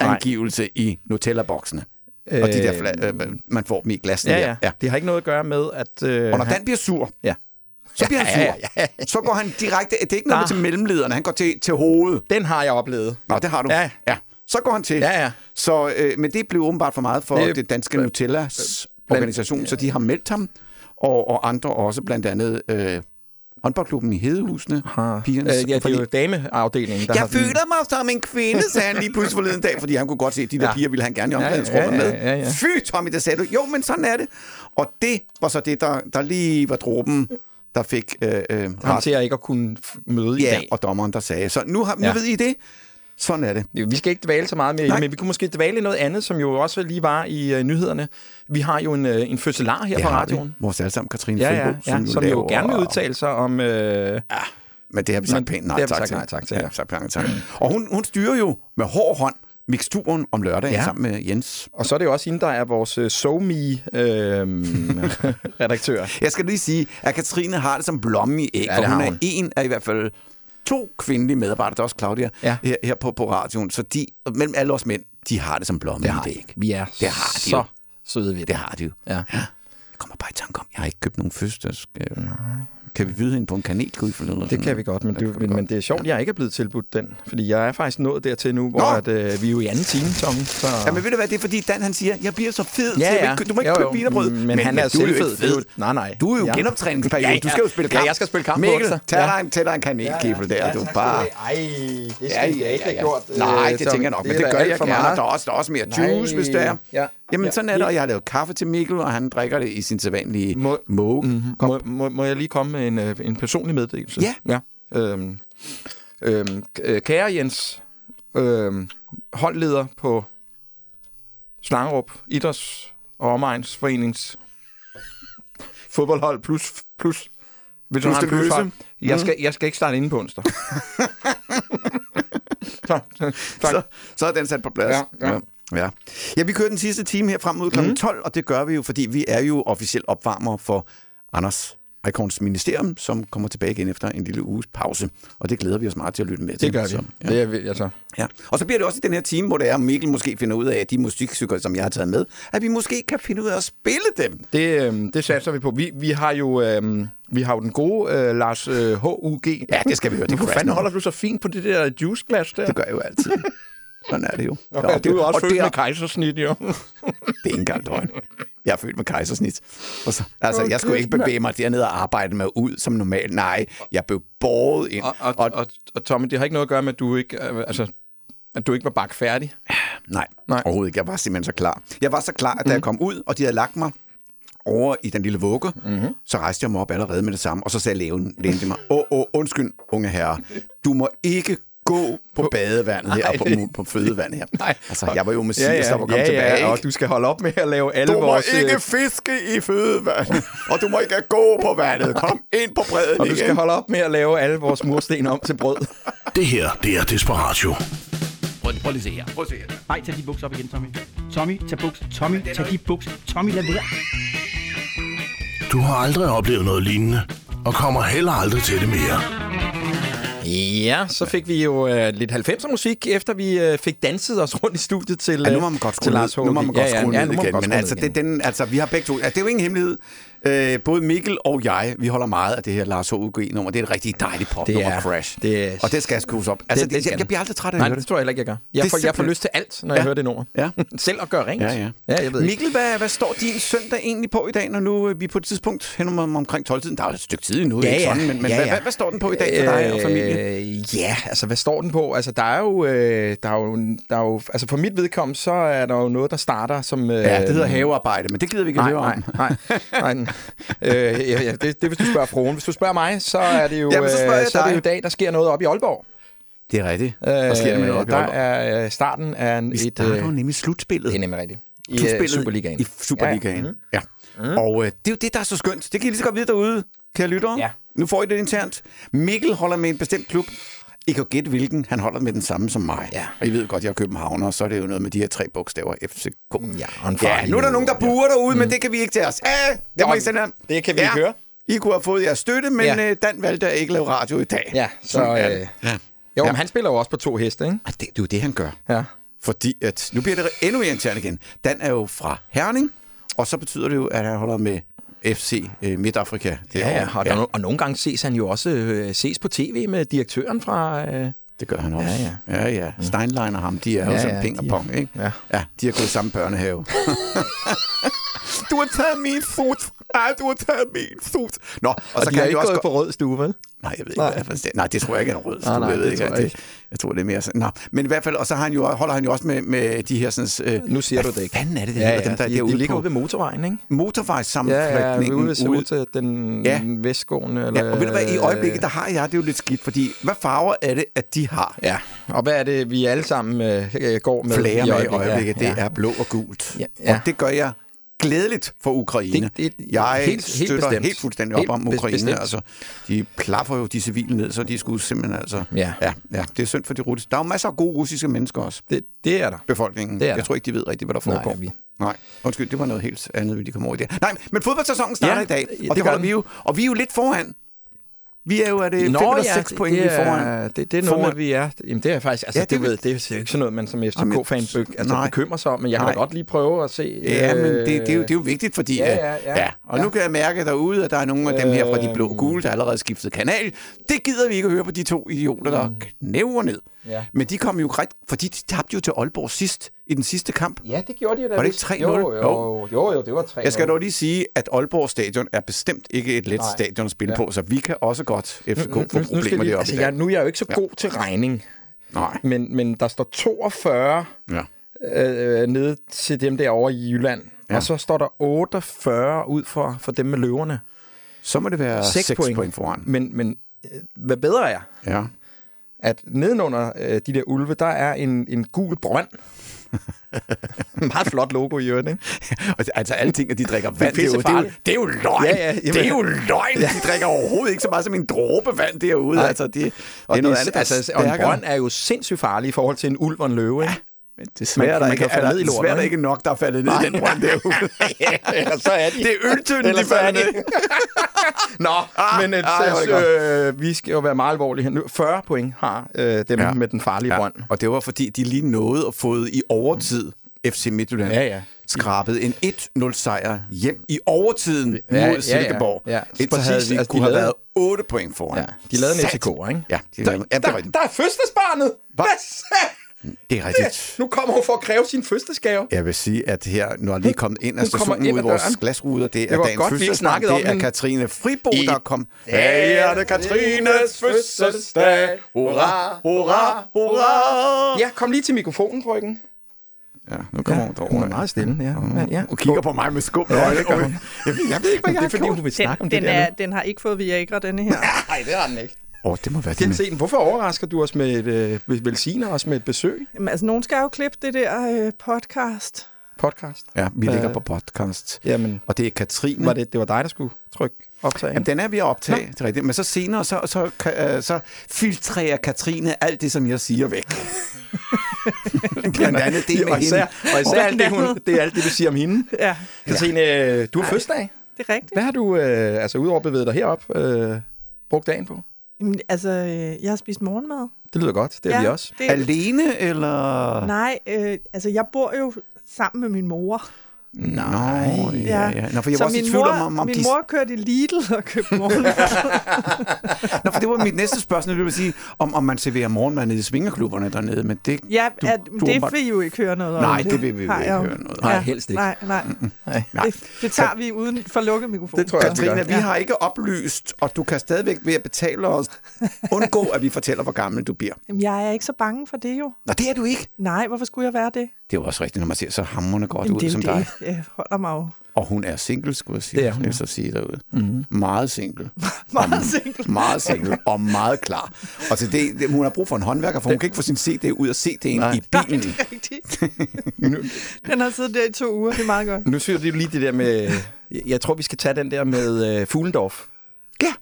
B: vægtangivelse Nej. i Nutella-boksene. Øh, og de der, fla- øh, man får dem i glassen
C: Ja,
B: der.
C: ja, ja. Det har ikke noget at gøre med, at... Øh,
B: Og når
C: han-
B: Dan bliver sur,
C: Ja.
B: så bliver han sur.
C: Ja, ja, ja.
B: Så går han direkte, det er ikke noget med
C: Ah.
B: til mellemlederne, han går til, til hovedet.
C: Den har jeg oplevet.
B: Nå, det har du.
C: Ja.
B: ja. Så går han til.
C: Ja, ja.
B: Så, øh, men det blev åbenbart for meget for det,
C: Det- Øh,
B: det danske Nutellas organisation, så de har meldt ham, og, og andre også, blandt andet øh, håndboldklubben i Hedehusene, pigerne.
C: Øh, ja, det
B: fordi-
C: er jo dameafdelingen, der har...
B: jeg føler mig som en kvinde, sagde han lige pludselig forleden dag, fordi han kunne godt se, at de der ja.
C: Ja.
B: piger ville han gerne i omklædningsrummet
C: Ja, ja, ja,
B: med.
C: ja, ja.
B: Fy, Tommy, det sagde du. Jo, men sådan er det. Og det var så det, der, der lige var dråben, der fik øh, øh,
C: Ham
B: ret.
C: til at ikke at kunne f- møde i
B: Ja,
C: dag.
B: og dommeren, der sagde. Så nu, har, nu
C: Ja.
B: ved I det. Sådan er det.
C: Vi skal ikke dvæle så meget mere, i
B: Nej.
C: det, men vi kunne måske dvæle i noget andet, som jo også lige var i øh, nyhederne. Vi har jo en, øh, en fødselar her på
B: har
C: radioen.
B: vi. Vores allesammen Katrine
C: Ja,
B: Fribo,
C: ja, ja, som jo
B: laver-
C: gerne vil udtale sig om... Øh,
B: Men det har vi sagt
C: Men
B: pænt
C: det
B: nej
C: har vi
B: tak
C: sagt
B: til.
C: nej tak til,
B: Ja,
C: ja.
B: sagt pænt nej tak. Og hun, hun styrer jo med hård hånd miksturen om lørdagen ja.
C: Ja.
B: sammen med Jens.
C: og så er det jo også hende, der er vores øh, [LAUGHS] SoMe-redaktør.
B: Jeg skal lige sige, at Katrine har det som blomme i æg, ja,
C: det
B: og hun
C: har
B: er
C: hun.
B: en af i hvert fald to kvindelige medarbejdere, der er også Claudia,
C: Ja.
B: her, her på, på radioen. Så de, mellem alle os mænd, de har det som blomme i et æg.
C: vi er
B: Det har de
C: så
B: jo.
C: søde ved det.
B: Det har de jo.
C: Ja.
B: Jeg kommer bare i tanke om, jeg har ikke købt nogen fødselsdags... Øh, Kan vi byde hende på en kanelkugle eller
C: Det kan vi godt, men det, men, men det er sjovt, jeg ikke er blevet tilbudt den. Fordi jeg er faktisk nået dertil nu, hvor
B: Nå!
C: at, øh, vi er jo i anden time, Tommy. Så...
B: Ja, men ved du hvad, det er fordi Dan han siger, jeg bliver så fed, ja, ja. du må ikke
C: Jo, jo,
B: købe vinerbrød.
C: Men, men han er
B: du jo
C: selvfed.
B: ikke
C: Det er jo- Nej, nej.
B: Du er jo ja.
C: Ja.
B: genoptræningsperiode.
C: Ja, ja.
B: Du skal jo spille
C: Ja,
B: kamp.
C: jeg skal spille kamp på
B: Mikkel,
C: onsdag.
B: tag
C: Ja.
B: dig en, tag dig en kanelkifle der. Du bare...
C: Ej, det skal
B: Ja, ja, ja, ja.
C: øh,
B: Nej, det tænker jeg nok, men det gør jeg ikke. Der er også, der er også mere juice, hvis det er.
C: Ja.
B: Jamen,
C: Ja.
B: sådan er det, og jeg har lavet kaffe til Mikkel, og han drikker det i sin sædvanlige
C: Må- Mm.
B: måge.
C: Må, må, må jeg lige komme med en, øh, en personlig meddelelse?
B: Ja.
C: ja. Øhm, øhm, k- øh, kære Jens, øhm, holdleder på Slangerup Idræts- og Omegnsforenings fodboldhold plus... plus hvis
B: Plus det løse. Mhm.
C: Jeg, skal, jeg skal ikke starte inde på
B: [LAUGHS]
C: onsdag. tak. tak.
B: Så, så er den sat på plads.
C: Ja, ja.
B: Ja. ja, vi kører den sidste time her frem mod kl. Mm. 12, og det gør vi jo, fordi vi er jo officielt opvarmer for Anders Icons Ministerium, som kommer tilbage igen efter en lille uges pause. Og det glæder vi os meget til at lytte med til.
C: Det gør vi.
B: Så, ja.
C: Det er vi, altså.
B: Ja. Og så bliver det også i den her time, hvor det er, at Mikkel måske finder ud af, at de musikstykker, som jeg har taget med, at vi måske kan finde ud af at spille dem.
C: Det, øhm, det satser vi på. Vi, vi, har jo, øhm, vi har jo den gode øh, Lars øh, H.U.G.
B: Ja, det skal vi høre. Det
C: Hvor
B: kunne
C: fanden holder du så fint på det der juiceglas der?
B: Det gør jeg jo altid. Sådan er det jo.
C: Nå, ja,
B: og
C: du er jo også
B: og
C: født
B: det, er,
C: med kejsersnit, jo.
B: det er ikke engang løgn. Jeg er født med kejsersnit. Og så, altså, jeg skulle ikke bevæge mig dernede og arbejde med ud som normalt. Nej, jeg blev båret ind.
C: Og, og, og, og, og Tommy, det har ikke noget at gøre med, at du ikke, øh, altså, at du ikke var bagt færdig.
B: Nej, Nej,
C: Nej. Mhm.
B: overhovedet ikke. Jeg var simpelthen så klar. Jeg var så klar, at da jeg kom ud, og de havde lagt mig over i den lille vugge,
C: Mhm.
B: mm-hmm. så rejste jeg mig op allerede med det samme, og så sagde lægen, lægen til mig, åh, åh, undskyld, unge herre, du må ikke gå på badevandet her, og på,
C: det-
B: på fødevand her.
C: Nej.
B: Altså, jeg var jo messias, ja, ja, der var kommet
C: ja,
B: tilbage. ikke?
C: ja, og du skal holde op med at lave alle
B: Du må
C: vores... øh,
B: ikke fiske i fødevandet, [LAUGHS] og du må ikke gå på vandet. Kom ind på bredden
C: og du skal
B: igen.
C: holde op med at lave alle vores mursten om til brød.
A: Det her, det er Desperatio.
F: Prøv, prøv lige at se her. Prøv at se her. Nej, tag de bukser op igen, Tommy. Tommy, tag buks. Tommy, tag de bukser. Tommy, lad være.
A: Du har aldrig oplevet noget lignende, og kommer heller aldrig til det mere.
C: Ja,
B: Altså.
C: så fik vi jo øh, lidt 90'er musik, efter vi øh, fik danset os rundt i studiet til,
B: Ja, nu må man godt skrue ned.
C: H.U.G.
B: Nu må man godt
C: ja,
B: skrue
C: ja, ja,
B: ned
C: nu må man
B: igen.
C: godt
B: Men
C: skrue
B: altså,
C: ned igen.
B: det, er den, altså, vi har begge to... Ja, det er jo ingen hemmelighed. Øh, både Mikkel og jeg, vi holder meget af det her Lars HUG-nummer. Det er et rigtig dejligt popnummer,
C: Det er-
B: Crash.
C: det er-
B: og det skal jeg skrues op. Altså,
C: Den-
B: det,
C: den
B: jeg,
C: skal
B: jeg, bliver aldrig træt af at
C: Nej,
B: høre
C: det
B: det.
C: tror jeg heller ikke, jeg gør. Jeg,
B: Det er
C: får, jeg får
B: simpelthen-
C: lyst til alt, når
B: Ja.
C: jeg hører det nummer.
B: Ja.
C: [LAUGHS] Selv at gøre rent. ja jeg ved ikke.
B: Mikkel, hvad, hvad står din søndag egentlig på i dag, når nu øh, vi er på et tidspunkt hen om, om- omkring 12-tiden? Der er jo et stykke tid endnu,
C: Ja,
B: ikke
C: ja.
B: sådan? Men, men
C: Ja,
B: hvad,
C: ja.
B: hvad, hvad, står den på i dag for dig og familien?
C: Øh, ja, altså hvad står den på? Altså der er jo, øh, der er jo, der er jo altså for mit vedkommende, så er der jo noget, der starter som... Øh,
B: Ja, det hedder havearbejde, men det gider vi ikke at
C: Nej,
B: høre
C: nej,
B: om.
C: nej, nej.
B: [LAUGHS]
C: øh, ja, ja, det, det er, hvis du spørger fruen. Hvis du spørger mig, så er det jo,
B: Jamen, så spørger
C: øh,
B: jeg
C: så er det
B: dig.
C: jo i dag, der sker noget op i Aalborg. Øh,
B: Det er rigtigt. Hvad sker der med noget?
C: der er øh, starten af en,
B: Vi
C: et...
B: starter
C: øh,
B: jo nemlig slutspillet.
C: det er nemlig rigtigt. I øh,
B: slutspillet
C: Superligaen. Mhm.
B: I Superligaen, ja. ja. ja. Og øh, det er jo det, der er så skønt. Det kan I lige så godt vide derude, kære lyttere.
C: Ja.
B: Nu får I det internt. Mikkel holder med en bestemt klub. I kan jo gætte, hvilken. Han holder med den samme som mig. Ja. Og I ved godt, jeg er københavner, og så er det jo noget med de her tre bogstaver. FCK.
C: Ja, og en
B: ja
C: farlig
B: nu er der
C: lyd,
B: nogen, der
C: ja.
B: buer derude, men det kan vi ikke tage os. Æh, det, må
C: Nå,
B: I sende ham.
C: det kan vi ikke høre.
B: I kunne have fået jeres støtte, men
C: Ja.
B: ja. Dan valgte at ikke lave radio i dag.
C: Ja, så...
B: Sådan er
C: Øh,
B: det. ja. Ja.
C: jo, men han spiller jo også på to heste, ikke?
B: Og det, det er jo det, han gør.
C: Ja.
B: Fordi at, nu bliver det endnu mere internt igen. Dan er jo fra Herning, og så betyder det jo, at han holder med FC øh, Midtafrika. Det
C: Ja, ja, og, der,
B: ja,
C: no- og nogle gange ses han jo også øh, ses på tv med direktøren fra... Øh,
B: det gør han også. Ja, ja. ja, ja. Steinlein og ham, de er ja, jo
C: Mm. Ja,
B: sådan
C: ja,
B: ping og
C: de er-
B: pong, ikke?
C: ja.
B: ja. de har gået i samme
C: [LAUGHS]
B: børnehave. du har taget min sut. Nej, du har taget min sut. Nå, og, og
C: og
B: så
C: de
B: kan
C: har
B: de
C: ikke
B: også
C: gået
B: gå...
C: på rød stue, vel?
B: Nej, jeg ved ikke, nej.
C: Nej.
B: Hvad jeg forstår. nej, det tror jeg ikke er en rød stue.
C: Nej, nej,
B: jeg, ved
C: det
B: ikke,
C: tror jeg
B: det,
C: ikke.
B: jeg tror, det er mere sådan. Nå, men i hvert fald, og så har han jo, holder han jo også med, med de her sådan... Øh,
C: Nu siger
B: hvad
C: du det ikke.
B: fanden er det, det
C: Ja,
B: hedder?
C: ja,
B: dem, der,
C: de,
B: de, er
C: de
B: ude
C: ligger
B: på-
C: ude ved motorvejen, ikke? Ja, ja,
B: motorvejssammenflætningen
C: ude ved
B: ude.
C: Ceuta, den
B: Ja.
C: ja. vestgående. Eller, øh,
B: Ja, og ved du hvad, i øjeblikket, der har jeg det jo lidt skidt, fordi hvad farver er det, at de har?
C: Ja, og hvad er det, vi alle sammen øh, øh, går med
B: Flager med i øjeblikket,
C: Ja,
B: det er blå og gult.
C: Ja, ja.
B: Og det gør jeg glædeligt for Ukraine.
C: Det- det-
B: jeg
C: helt- helt
B: støtter
C: bestemt.
B: helt fuldstændig op
C: Helt
B: om
C: be-
B: Ukraine.
C: bestemt.
B: Altså, de plaffer jo de civile ned, så de skulle simpelthen altså...
C: Ja.
B: Ja, ja, det er synd for de russiske. Der er jo masser af gode russiske mennesker også.
C: Det, det er der.
B: befolkningen.
C: Det er
B: jeg
C: der.
B: tror ikke, de ved rigtigt, hvad der
C: Nej,
B: foregår.
C: vi-
B: Nej, undskyld, det var noget helt andet, vi lige kom over i det. Nej, men fodboldsæsonen starter
C: Ja,
B: i dag,
C: ja,
B: og
C: det
B: det,
C: gør
B: holder
C: den.
B: vi jo. Og vi er jo lidt foran. Vi er jo, er det 5 eller 6 point, vi
C: det
B: er foran?
C: er, det, det er
B: Foran.
C: noget, vi er. Jamen, det er faktisk, altså,
B: Ja,
C: ja,
B: det
C: det, det,
B: vil-
C: ved, det er jo ikke sådan noget, man som FCK-fan be, altså,
B: nej.
C: bekymrer sig om, men jeg kan da
B: Nej.
C: godt lige prøve at se.
B: Ja, men det,
C: øh,
B: det, er jo, det er jo vigtigt, fordi...
C: Ja,
B: øh,
C: ja, ja.
B: Og nu kan jeg mærke derude, at der er nogle af dem her fra de blå og gule, der allerede skiftede kanal. Det gider vi ikke at høre på de to idioter, der knæver ned.
C: Mm. Ja.
B: Men de kom jo ret... Fordi de tabte jo til Aalborg sidst, i den sidste kamp.
C: Ja, det gjorde de da.
B: Var det
C: vist.
B: ikke 3-0?
C: Jo, jo,
B: Jo.
C: jo, jo, jo, det var 3-0.
B: Jeg skal dog lige sige, at Aalborg Stadion er bestemt ikke et let
C: Nej.
B: stadion at spille
C: Ja.
B: på, så vi kan også godt FCK få
C: Nu- nu skal jeg
B: problemer
C: lige-
B: deroppe
C: altså,
B: i
C: jeg,
B: dag.
C: nu er jeg jo ikke så god til regning,
B: Nej.
C: men, men der står 42
B: Ja.
C: øh, nede til dem derovre i Jylland.
B: Ja.
C: Ja. Og så står der 48 ud for, for dem med løverne.
B: Så må det være 6,
C: Seks
B: 6 point.
C: point.
B: point foran.
C: Men, men øh, hvad bedre er,
B: Ja. [LAUGHS]
C: at nedenunder øh, de der ulve, der er en, en gul brønd. [LAUGHS] Meget flot logo i øvrigt, ikke?
B: Og det- Altså alle ting, at de drikker vand, det er, jo, det, er jo,
C: pissefarligt.
B: det er jo løgn.
C: Ja, ja,
B: det er jo
C: jamen.
B: løgn. De drikker overhovedet ikke så meget som en dråbe vand derude.
C: Nej.
B: Altså, det, det
C: Og,
B: er noget andet, der
C: altså,
B: er
C: og en
B: stærkere.
C: brønd er jo sindssygt farlig i forhold til en ulv og en løve, ikke?
B: Men Desværre,
C: man
B: der
C: kan
B: ikke,
C: jo
B: er
C: falde
B: der,
C: ned i lorten,
B: desværre, der
C: ikke?
B: ikke er nok, der er faldet ned i den brønd derude.
C: [LAUGHS] Ja, så er de.
B: Det er øltønden, de
C: Ellers så er
B: falder ned.
C: de- Nå,
B: Ah,
C: ah, men øh,
B: ah, det var det
C: så, øh, vi skal jo være meget alvorlige her nu. 40 point har øh, dem
B: Ja.
C: ja. med den farlige ja. brønd.
B: Og det var, fordi de lige nåede at få i overtid FC Midtjylland
C: Ja, ja.
B: skrabet en 1-0-sejr hjem i overtiden ja,
C: ja,
B: mod
C: ja.
B: Silkeborg.
C: Ja,
B: Et, så
C: præcis.
B: havde vi
C: Altså, de
B: altså, kunne have
C: lavede-
B: været 8 point foran.
C: Ja, de lavede en
B: Sat.
C: FCK'er, ikke?
B: Ja, de lavede, ja det, er rigtigt.
C: der er fødselsbarnet!
B: Hva?
C: Hvad sagde-
B: det er rigtigt.
C: Nu kommer hun for at kræve sin fødselsgave.
B: Jeg vil sige, at her, nu er lige kommet ind af
C: hun kommer
B: stationen
C: ind
B: ud i
C: ad
B: vores
C: døren.
B: glasruder, det er
C: Det var
B: dagens
C: godt, vi ikke
B: fødselsdag,
C: snakkede om
B: det er
C: hende.
B: Katrine Fribo,
C: I
B: der kom.
C: dag er det Katrines fødselsdag. Hurra, hurra, hurra. Ja, kom lige til mikrofonen, frøken.
B: Ja, nu kommer hun derover.
C: stille, ja. ja, ja.
B: Hun kigger på mig med skum. Ja, jeg,
C: gør hun.
B: jeg ved ikke, hvad jeg
C: Det
B: har
C: er fordi, hun vil snakke om
G: Den,
C: det
G: den,
C: der.
G: er, den har ikke fået Viagra, denne her.
C: Nej, det har den ikke.
B: Åh, oh, det må være
C: Den
B: det.
C: se, hvorfor overrasker du os med et, øh, vel- velsigner os med et besøg?
G: Jamen, altså, nogen skal jo klippe det der øh, podcast.
C: Podcast.
B: Ja, vi ligger
C: Øh,
B: på podcast.
C: Jamen,
B: Og det er Katrine.
C: var det, det var dig, der skulle trykke optage?
B: Jamen, den er ved at optage, det er rigtigt. Men så senere, så, så, øh, så filtrerer Katrine alt det, som jeg siger
G: [LAUGHS]
B: væk. Blandt andet det med
C: og især,
B: hende.
C: og især alt det, hun, det er alt det, du siger om hende.
G: Ja,
C: Katrine, øh, du har fødselsdag.
G: det er rigtigt.
C: Hvad har du, øh, altså udover at bevæge dig herop, øh, brugt dagen på?
G: Jamen, altså, øh, jeg har spist morgenmad.
C: Det lyder godt, det har
G: ja,
C: vi også.
G: Det,
B: Alene, eller?
G: nej, øh, altså, jeg bor jo sammen med min mor.
B: Nej. Ja, ja. Nå, for jeg
G: så
B: var også i
G: min
B: tvivl
G: mor,
B: om, om, om
G: min
B: de...
G: mor kørte i Lidl og
B: [LAUGHS]
G: købte morgenmad.
B: Nå, for det var mit næste spørgsmål, det vil sige, om, om man serverer morgenmad nede i svingerklubberne dernede, men det...
G: ja,
B: Du-
G: du, at,
B: du
G: du,
B: åbenbart-
G: det vil I jo ikke høre noget om.
B: Nej, det vil vi jo
G: har
B: ikke
G: jeg
B: høre noget om.
C: Nej, helst ikke.
G: Nej, nej.
B: Nej.
G: Det, det tager vi uden for lukket mikrofon.
C: Det tror jeg også, vi
B: Katrine,
C: gør.
B: vi har ikke oplyst, og du kan stadigvæk ved at betale os undgå, at vi fortæller, hvor gammel du bliver.
G: Jamen, jeg er ikke så bange for det jo.
B: Nå, det er du ikke.
G: Nej, hvorfor skulle jeg være det?
B: Det er jo også rigtigt, når man ser så hammerne godt
G: Jamen,
B: ud
G: det er
B: som
G: jo
B: ligesom
G: det.
B: dig.
G: Jeg holder mig jo
B: Og hun er single, skulle jeg sige.
C: Det er hun,
B: Jeg vil så sige derude. Mm-hmm. Meget single.
G: meget single.
B: Meget single og meget klar. Og til det, det, hun har brug for en håndværker, for hun kan ikke få sin CD ud og CD'en i
G: Nej,
B: bilen.
G: det er
B: [LAUGHS]
G: rigtigt. Den har siddet der i to uger, det er meget godt.
C: Nu synes jeg lige det der med... Jeg- Jeg tror, vi skal tage den der med øh, Fuglendorf.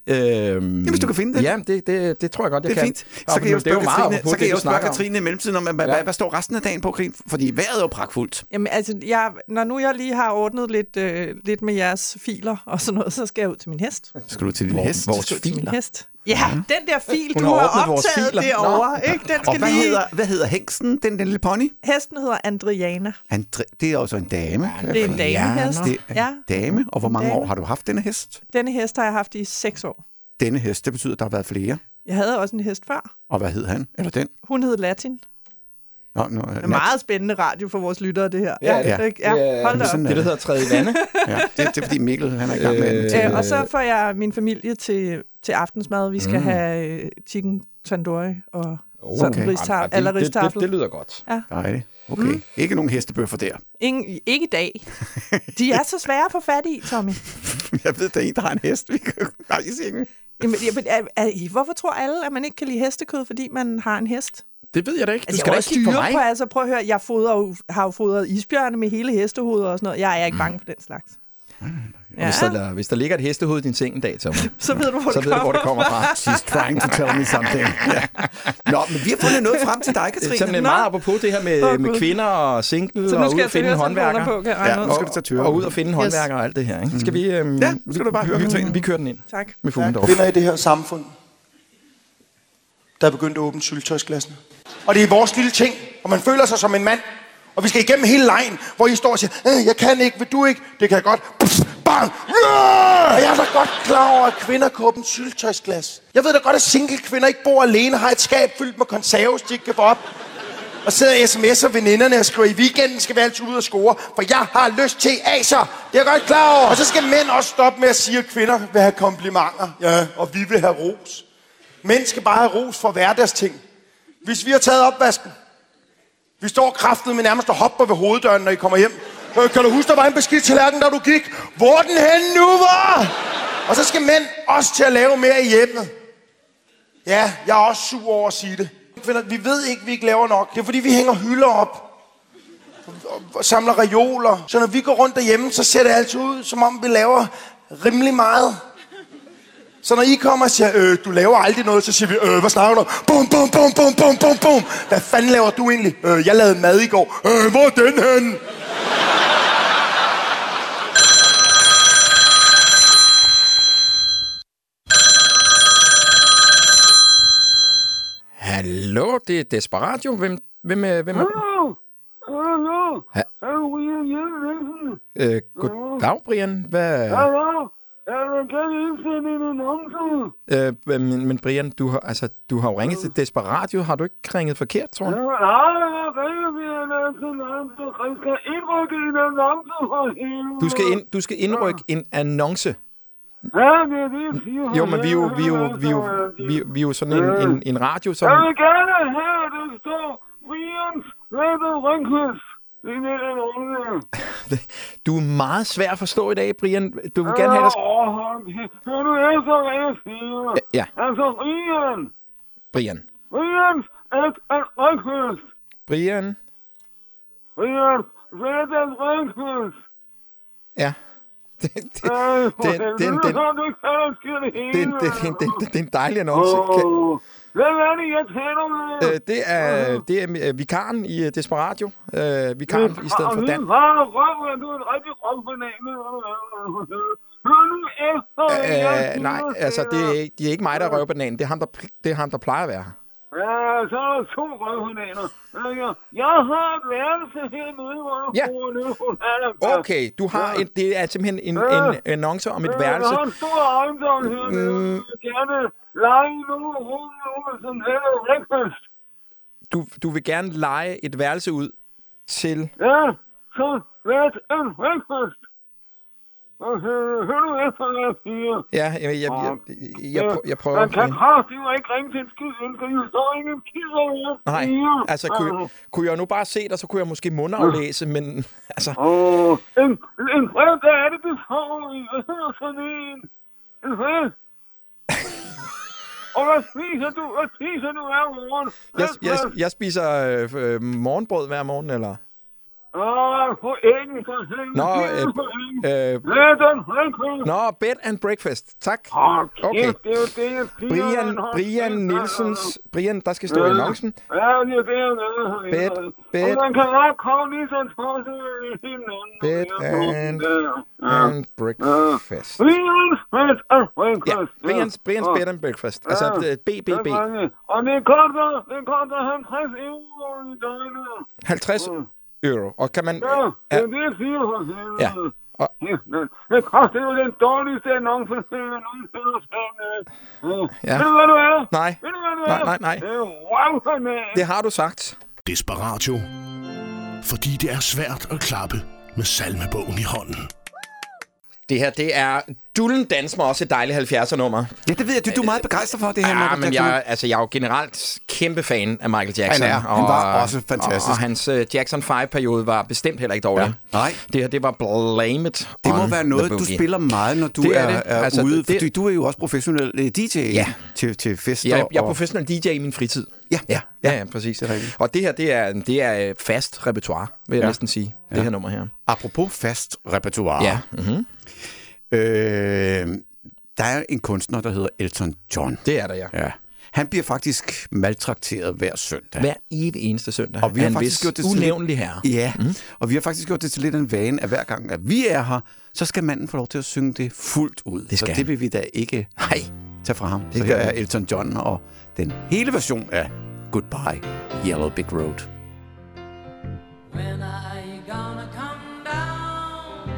B: Ja.
C: Øhm,
B: hvis du kan finde den.
C: Ja, det, det, det tror jeg godt, jeg
B: Det er
C: kan.
B: fint. Så kan jeg jo
C: det er
B: spørge,
C: meget
B: Katrine,
C: apropos
B: så kan
C: det,
B: jeg jo spørge
C: du snakker om.
B: Katrine i mellemtiden, om, hvad, hvad,
C: Ja.
B: hvad står resten af dagen på, Katrine? Fordi vejret er jo pragtfuldt.
G: Jamen altså, jeg, når nu jeg lige har ordnet lidt, øh, lidt med jeres filer og sådan noget, så skal jeg ud til min hest.
B: Skal du til din hest?
C: Vores
G: Til min
C: filer.
G: hest. Ja, den der fil,
C: Hun
G: du
C: har
G: har,
C: ordnet vores
G: optaget
C: filer.
G: derovre, ikke? Den
B: Og
G: skal
B: hvad
G: lige...
B: hedder, hvad hedder hængsten, den, den lille pony?
G: Hesten hedder Andriana.
B: Han, dri- det er også en dame.
G: Det er en damehest.
B: Det er
G: Ja,
B: en dame. Og hvor mange
G: Dame.
B: år har du haft denne hest?
G: denne hest har jeg haft i seks år.
B: Denne hest, det betyder, at der har været flere.
G: Jeg havde også en hest før.
B: Og hvad hed han? Eller den?
G: Hun hed Latin. Det
B: Nå, nå,
G: er meget spændende radio for vores lyttere, det her.
B: ja.
G: ikke? ja. Hold da op.
B: sådan er
C: Det, der hedder tredje
B: [LAUGHS]
C: lande.
B: Ja, det, det er fordi Mikkel, han er i gang med den. til-
G: Øh, og så får jeg min familie til, til aftensmad. Vi skal mm. have øh, chicken tandoori og oh, sådan okay.
C: Jamen,
G: ristaf-
C: det-
G: eller
C: det, det,
G: ristafel.
C: det, lyder godt.
B: Nej, okay. Ikke nogen hestebøffer der. [LAUGHS]
G: Ingen, ikke i
C: [LAUGHS]
G: dag. De er så svære at få fat i, Tommy.
B: Jeg ved, der er en, der har en hest. Vi kan... Nej, I siger ikke.
G: Jamen, jamen, er, er, hvorfor tror alle, at man ikke kan lide hestekød, fordi man har en hest?
C: Det ved jeg da ikke.
G: Altså, jeg er også dyre på, altså prøv at høre, jeg fodrer, jo- har jo fodret isbjørne med hele hestehovedet og sådan noget. Jeg er
C: Mm.
G: ikke bange for den slags.
C: Ah,
G: Ja,
C: Hvis, der, hvis der ligger et hestehoved i din seng en dag,
B: [LAUGHS]
C: så,
G: så ved du, hvor
C: så
G: det
C: ved du, hvor det
G: kommer.
C: kommer fra.
B: She's [LAUGHS] trying to tell me something.
C: [LAUGHS]
B: Ja. Nå, men vi har fundet noget frem til dig,
C: Det er
B: Katrine.
C: sådan øh,
G: Nå.
C: meget apropos det her med,
G: Åh,
C: med
G: Gud.
C: kvinder og single,
G: Så
C: og
G: nu
C: ud
G: skal
C: og
G: jeg
C: finde
G: finde
C: en
G: håndværker.
C: håndværker.
G: På, kan jeg
B: Ja,
G: regne
B: nu
G: ud.
B: skal du tage tyren.
C: Og ud og finde en håndværker og alt det her. Ikke? Skal vi... Øhm,
B: Ja, nu skal du bare høre, Katrine.
C: Vi kører den ind
G: Tak.
C: med Fuglendorf.
H: Kvinder i det her samfund der er begyndt at åbne syltøjsglassene. Og det er vores lille ting, og man føler sig som en mand. Og vi skal igennem hele lejen, hvor I står og siger, "Øh, jeg kan ikke, vil du ikke? Det kan jeg godt. Pff, bang! Yeah! Og jeg er da godt klar over, at kvinder kan åbne syltøjsglas. Jeg ved da godt, at single kvinder ikke bor alene, har et skab fyldt med konserves, de ikke kan få op. Og sidder og sms'er veninderne og skriver, i weekenden skal vi altid ud og score, for jeg har lyst til aser. Det er jeg godt klar over. Og så skal mænd også stoppe med at sige, at kvinder vil have komplimenter. Ja, og vi vil have ros. Mænd skal bare have ros for hverdagsting. Hvis vi har taget opvasken, vi står kraftet med nærmest og hopper ved hoveddøren, når I kommer hjem. Øh, kan du huske, der var en beskidt tallerken, da du gik? Hvor er den hen nu, var? Og så skal mænd også til at lave mere i hjemmet. Ja, jeg er også sur over at sige det. Kvinder, vi ved ikke, vi ikke laver nok. Det er, fordi vi hænger hylder op og- og samler reoler. Så når vi går rundt derhjemme, så ser det altid ud, som om vi laver rimelig meget. Så når I kommer og siger, øh, du laver aldrig noget, så siger vi, øh, hvad snakker du om? Bum, bum, bum, bum, bum, bum, bum. Hvad fanden laver du egentlig? Øh, jeg lavede mad i går. Øh, hvor er den hen?
C: Hallo, det er Desperadio. Hvem, hvem, øh, hvem er
I: Hallo?
C: Ha-
I: Hallo? Hallo?
C: øh, Goddag, Brian. Hvad,
I: Hallo? Jeg vil gerne indsende en annonce.
C: øh, men, men Brian, du har, altså, du har jo ringet til Desperadio. Har du ikke ringet forkert, tror jeg?
I: Nej, jeg ringer til en annonce. Jeg skal indrykke en annonce for helvede.
C: Du skal, ind, du skal indrykke en annonce.
I: Ja, det er det, jeg siger.
C: Jo, men vi er jo, vi er jo, vi er jo, vi er, vi er jo sådan en, en, en radio, som...
I: Jeg vil gerne have, at det står Brians Rebel Rinkus. Det er en annonce.
C: Du er meget svær at forstå i dag, Brian. Du vil gerne have, at der... sk-
I: Åh, hør nu efter, hvad jeg siger.
C: Ja,
I: Altså, Brian.
C: Brian.
I: Brian et en rinkus.
C: Brian, [LAUGHS]
I: Brian, red en rinkus.
C: ja. Det, det, det,
I: Ej, for
C: Den- den-
I: helvede,
C: den-
I: så du kan ske det hele.
C: det, det, det, det, det, det er en dejlig annonce. Kan,
I: Åh, Hvem er det, jeg taler med?
C: øh, det er, det er øh, vikaren i øh, Desperadio. Øh, vikaren i stedet for Dan.
I: Min far er røv, og du er en rigtig røvbanan. Hør nu efter, hvad jeg
C: Øh,
I: siger,
C: nej, altså, det er,
I: Peter.
C: ikke- det er ikke mig, der er røvbananen. Det er ham, der, pl- det er ham, der plejer at være her.
I: Ja, så er der to røvbananer. Jeg- Jeg har et værelse hernede, hvor du
C: Ja.
I: bor nu. Alaska.
C: Okay, du har en, det er simpelthen en, en annonce om et værelse. Mm.
I: Jeg har en stor ejendom hernede. Jeg vil gerne lege nogle rum, nogen som hedder Rikfest.
C: Du, du vil gerne lege et værelse ud til...
I: Ja, så let en Rikfest. Hør nu efter, hvad jeg siger.
C: Ja, jeg, jeg, jeg, jeg, jeg, prø- jeg prøver...
I: Man kan
C: Brian.
I: kraftigt jo ikke ringe til en skid, for I står ikke en skid over jeres
C: Nej,
I: piger.
C: altså kunne, kunne jeg nu bare se dig, så kunne jeg måske mundaflæse, men [LAUGHS] altså,
I: Åh, en, en brev, der er det, du får i. Hvad hedder sådan en? En brev? Og hvad spiser du? Hvad spiser du hver morgen?
C: jeg, jeg, jeg spiser øh, øh, morgenbrød hver morgen, eller?
I: Åh, på engelsk. for helvede.
C: Nå,
I: Det er
C: øh,
I: på engelsk.
C: øh,
I: Hvad er den brev?
C: nå, bed and breakfast, tak. Okay.
I: Okay. Det er jo det, jeg siger.
C: Brian,
I: man har
C: Brian
I: spist.
C: Nielsens, Brian, der skal stå i annoncen,
I: Ja, det er det, jeg ved.
C: Bed, bed.
I: Og man kan bare komme lige så tosset i hinanden.
C: Bed and- and breakfast.
I: Brians bed and breakfast.
C: Ja, Brians, Brians bed and breakfast, altså øh,
I: Det
C: BBB.
I: er mange. Og det koster, det koster 50 euro i døgnet.
C: 50 euro, og kan man...
I: Ja, det
C: Ja,
I: er det, jeg siger for helvede.
C: Ja, og-
I: Det- Det koster jo den dårligste annonce, jeg nogensinde har skrevet.
C: Ja.
I: Ved du, hvad du er?
C: nej,
I: Ved du, hvad du
C: Nej,
I: er?
C: nej, nej.
I: Det er røvbanan.
C: det har du sagt.
A: Desperatio. Fordi det er svært at klappe med salmebogen i hånden.
C: Det her, det er... Dullen dans med også et dejligt 70'er-nummer.
B: Ja, det ved jeg. Du, du er meget begejstret for det her.
C: Ja,
B: Michael
C: men
B: Jackson.
C: jeg, altså, jeg er jo generelt kæmpe fan af Michael Jackson.
B: Han er. Han var også fantastisk.
C: Og, og hans uh, Jackson 5-periode var bestemt heller ikke dårlig.
B: Ja. Nej.
C: Det her, det var blamed
B: Det må
C: on
B: være
C: the
B: noget, du
C: boogie.
B: spiller meget, når du
C: Det
B: er,
C: er
B: er,
C: det. Altså,
B: ude.
C: det-
B: Fordi du er jo også professionel øh, DJ
C: Ja.
B: til, til fester.
C: Jeg, jeg er
B: og-
C: professionel DJ i min fritid.
B: Ja.
C: ja, ja, ja præcis.
B: Det er rigtigt.
C: og det her, det er, det er øh, fast repertoire, vil jeg næsten sige. Det her nummer her.
B: Ah. Apropos fast repertoire.
C: Ja. Mm-hmm.
B: Øh, der er en kunstner, der hedder Elton John.
C: Det er der, ja.
B: Ja. Han bliver faktisk maltrakteret hver søndag.
C: Hver evig eneste søndag.
B: Og vi har
C: er en
B: faktisk
C: vis
B: gjort det til-
C: unævnlig herre.
B: Ja, mm. og vi har faktisk gjort det til lidt af en vane, at hver gang, at vi er her, så skal manden få lov til at synge det fuldt ud.
C: Det
B: så
C: skal
B: det
C: han.
B: vil vi da ikke
C: Nej.
B: tage fra ham. Det så her er Elton John og den hele version af Goodbye Yellow Big Road.
J: When are you gonna come down?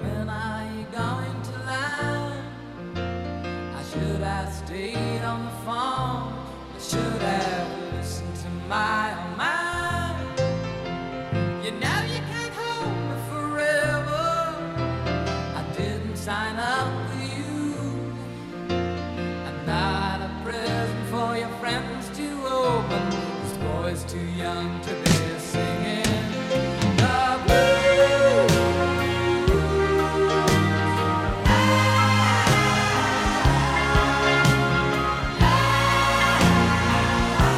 J: When are you going to land? I should have stayed on the phone. I should have listened to my own mind. You know you can't hold me forever. I didn't sign up for you. I'm not a present for your friends to open. This boy's too young to be singing the blues.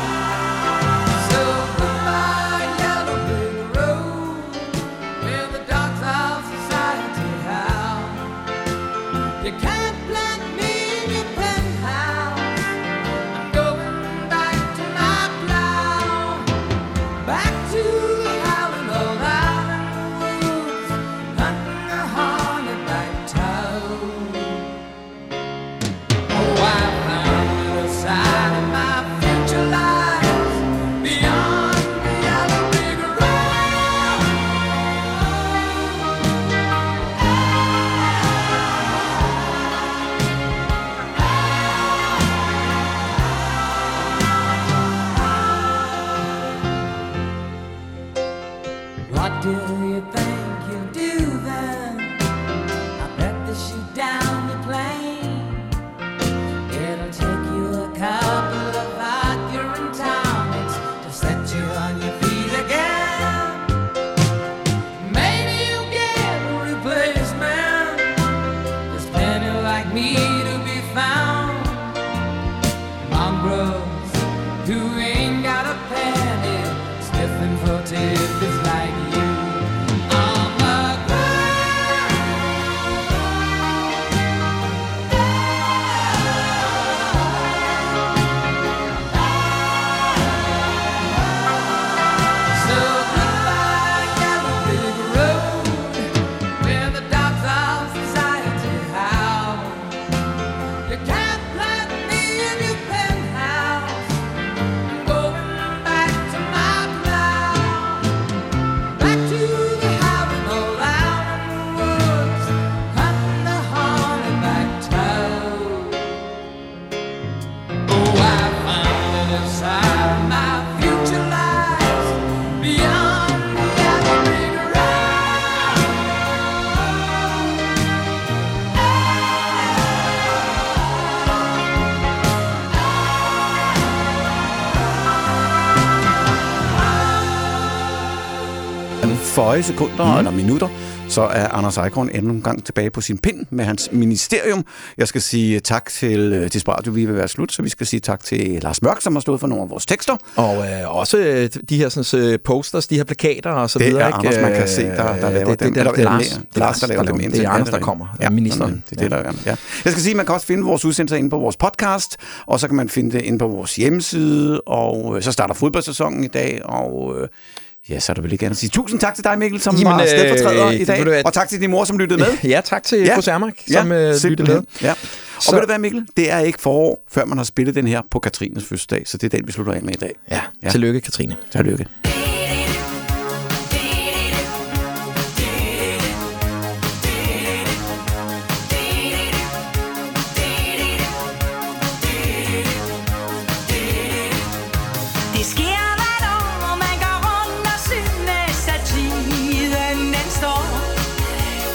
J: So goodbye, yellow brick road, where the dogs of society howl. You can't plant me in your penthouse. I'm going back to my plow, back to the howling old hours, hunting a hornetback toad. Oh, I found the side of my future life beyond the yellow brick road. What do you think you'll do then? I bet they shoot down the plane. It'll take you a couple of hot urine tonics to set you on your feet again. Maybe you'll get a replacement. There's plenty like me to be found. Mongrels who ain't got a penny, sniffing for tips like you. On the ground. So goodbye, yellow brick road, where the dogs of society howl. You can't plant me in your penthouse. I'm going back to my plow, back to the howling old iron woods, hunting the hornetback toad. Oh, I found it inside my future lies beyond the yellow brick road.
B: føje sekunder mm. eller minutter, så er Anders Eichhorn endnu en gang tilbage på sin pind med hans ministerium. Jeg skal sige tak til, øh, til Spradio, vi vil være slut, så vi skal sige tak til Lars Mørk, som har stået for nogle af vores tekster.
K: Og øh, også øh, de her sådan, øh, posters, de her plakater og så
B: Det
K: videre.
B: er Anders, man kan se, der- der
K: Øh,
B: laver
K: det,
B: dem.
K: Det, det,
B: Eller
K: det, det, er
B: Lars-
K: Lars, det er Lars, der laver dem.
B: indtil
K: Det er
B: han
K: Anders,
B: laver
K: der
B: dem.
K: kommer.
B: Ja,
K: Ja, ministeren.
B: Det er det, der er. Ja. Jeg skal sige, at man kan også finde vores udsendelser inde på vores podcast, og så kan man finde det inde på vores hjemmeside, og øh, så starter fodboldsæsonen i dag, og... Øh, Ja, så er der vel ikke andet at sige. Tusind tak til dig, Mikkel, som Jamen,
K: Jamen,
B: var
K: øh,
B: stedfortræder i
K: det ved du
B: dag.
K: hvad-
B: Og tak til din mor, som lyttede med. [LAUGHS]
K: Ja, tak til Fru Sermak, som øh, lyttede
B: simpelthen.
K: med.
B: Ja. Og så...
K: Så-
B: ved du hvad, Mikkel? Det er ikke forår, før man har spillet den her på Katrines fødselsdag, så det er den, vi slutter af med i dag.
K: Ja, tillykke, Katrine.
B: Tillykke.
J: Det sker hvert år, når man går rundt og synes, at tiden den står.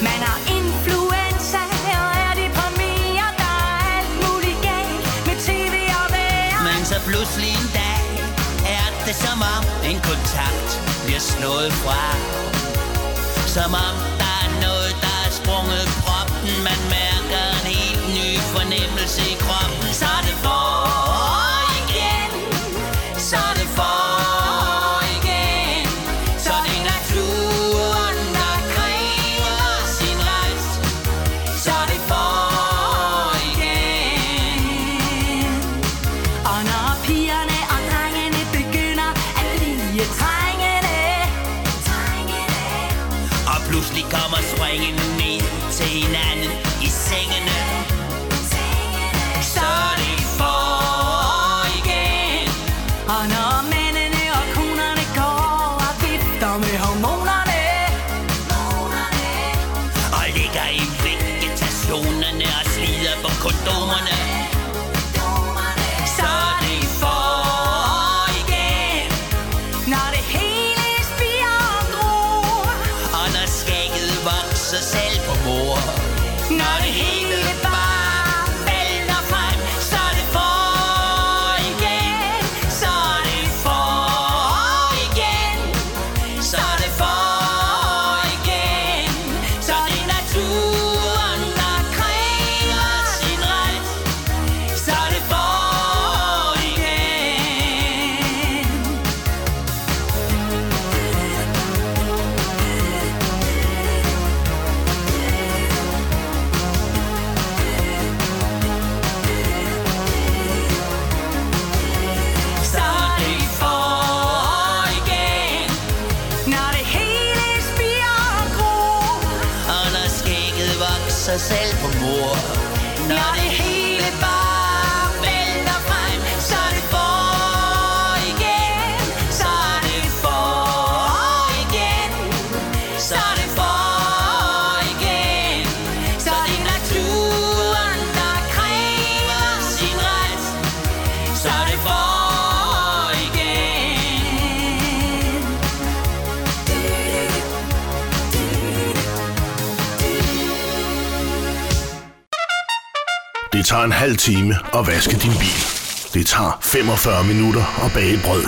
J: Man har influenza, og er deprimer, der er alt muligt galt med tv og vejr.
L: Men så pludselig en dag er det som om en kontakt bliver snået fra. Som om der er noget, der er sprunget proppen. Man mærker en helt ny fornemmelse i kroppen. Så er det forår igen. Så er det forår igen. Så er det naturen, der kræver sin ret. Så er det forår igen.
J: Og når pigerne og drengene begynder at blive trængende, trængende,
L: Og pludselig kommer springen ned til hinanden i sengene
J: trængende,
L: Så er det forår
J: sig selv på mor. Når det hele bare vælter frem, så er det for igen. Så er det for igen. Så er det for igen. Så er det naturen, der kræver sin ret. Så er det for igen.
A: Det tager en halv time at vaske din bil. Det tager 45 minutter at bage et brød.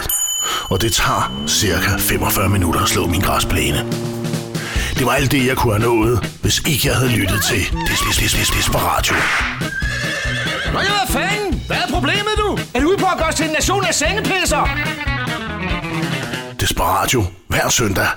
A: Og det tager cirka 45 minutter at slå min græsplæne. Det var alt det, jeg kunne have nået, hvis ikke jeg havde lyttet til Des- Des- Des- Desperatio.
H: Nå ja, hvad fanden? Hvad er problemet, du? Er du ude på at gøre os til en nation af sengepisser?
A: Desperatio hver søndag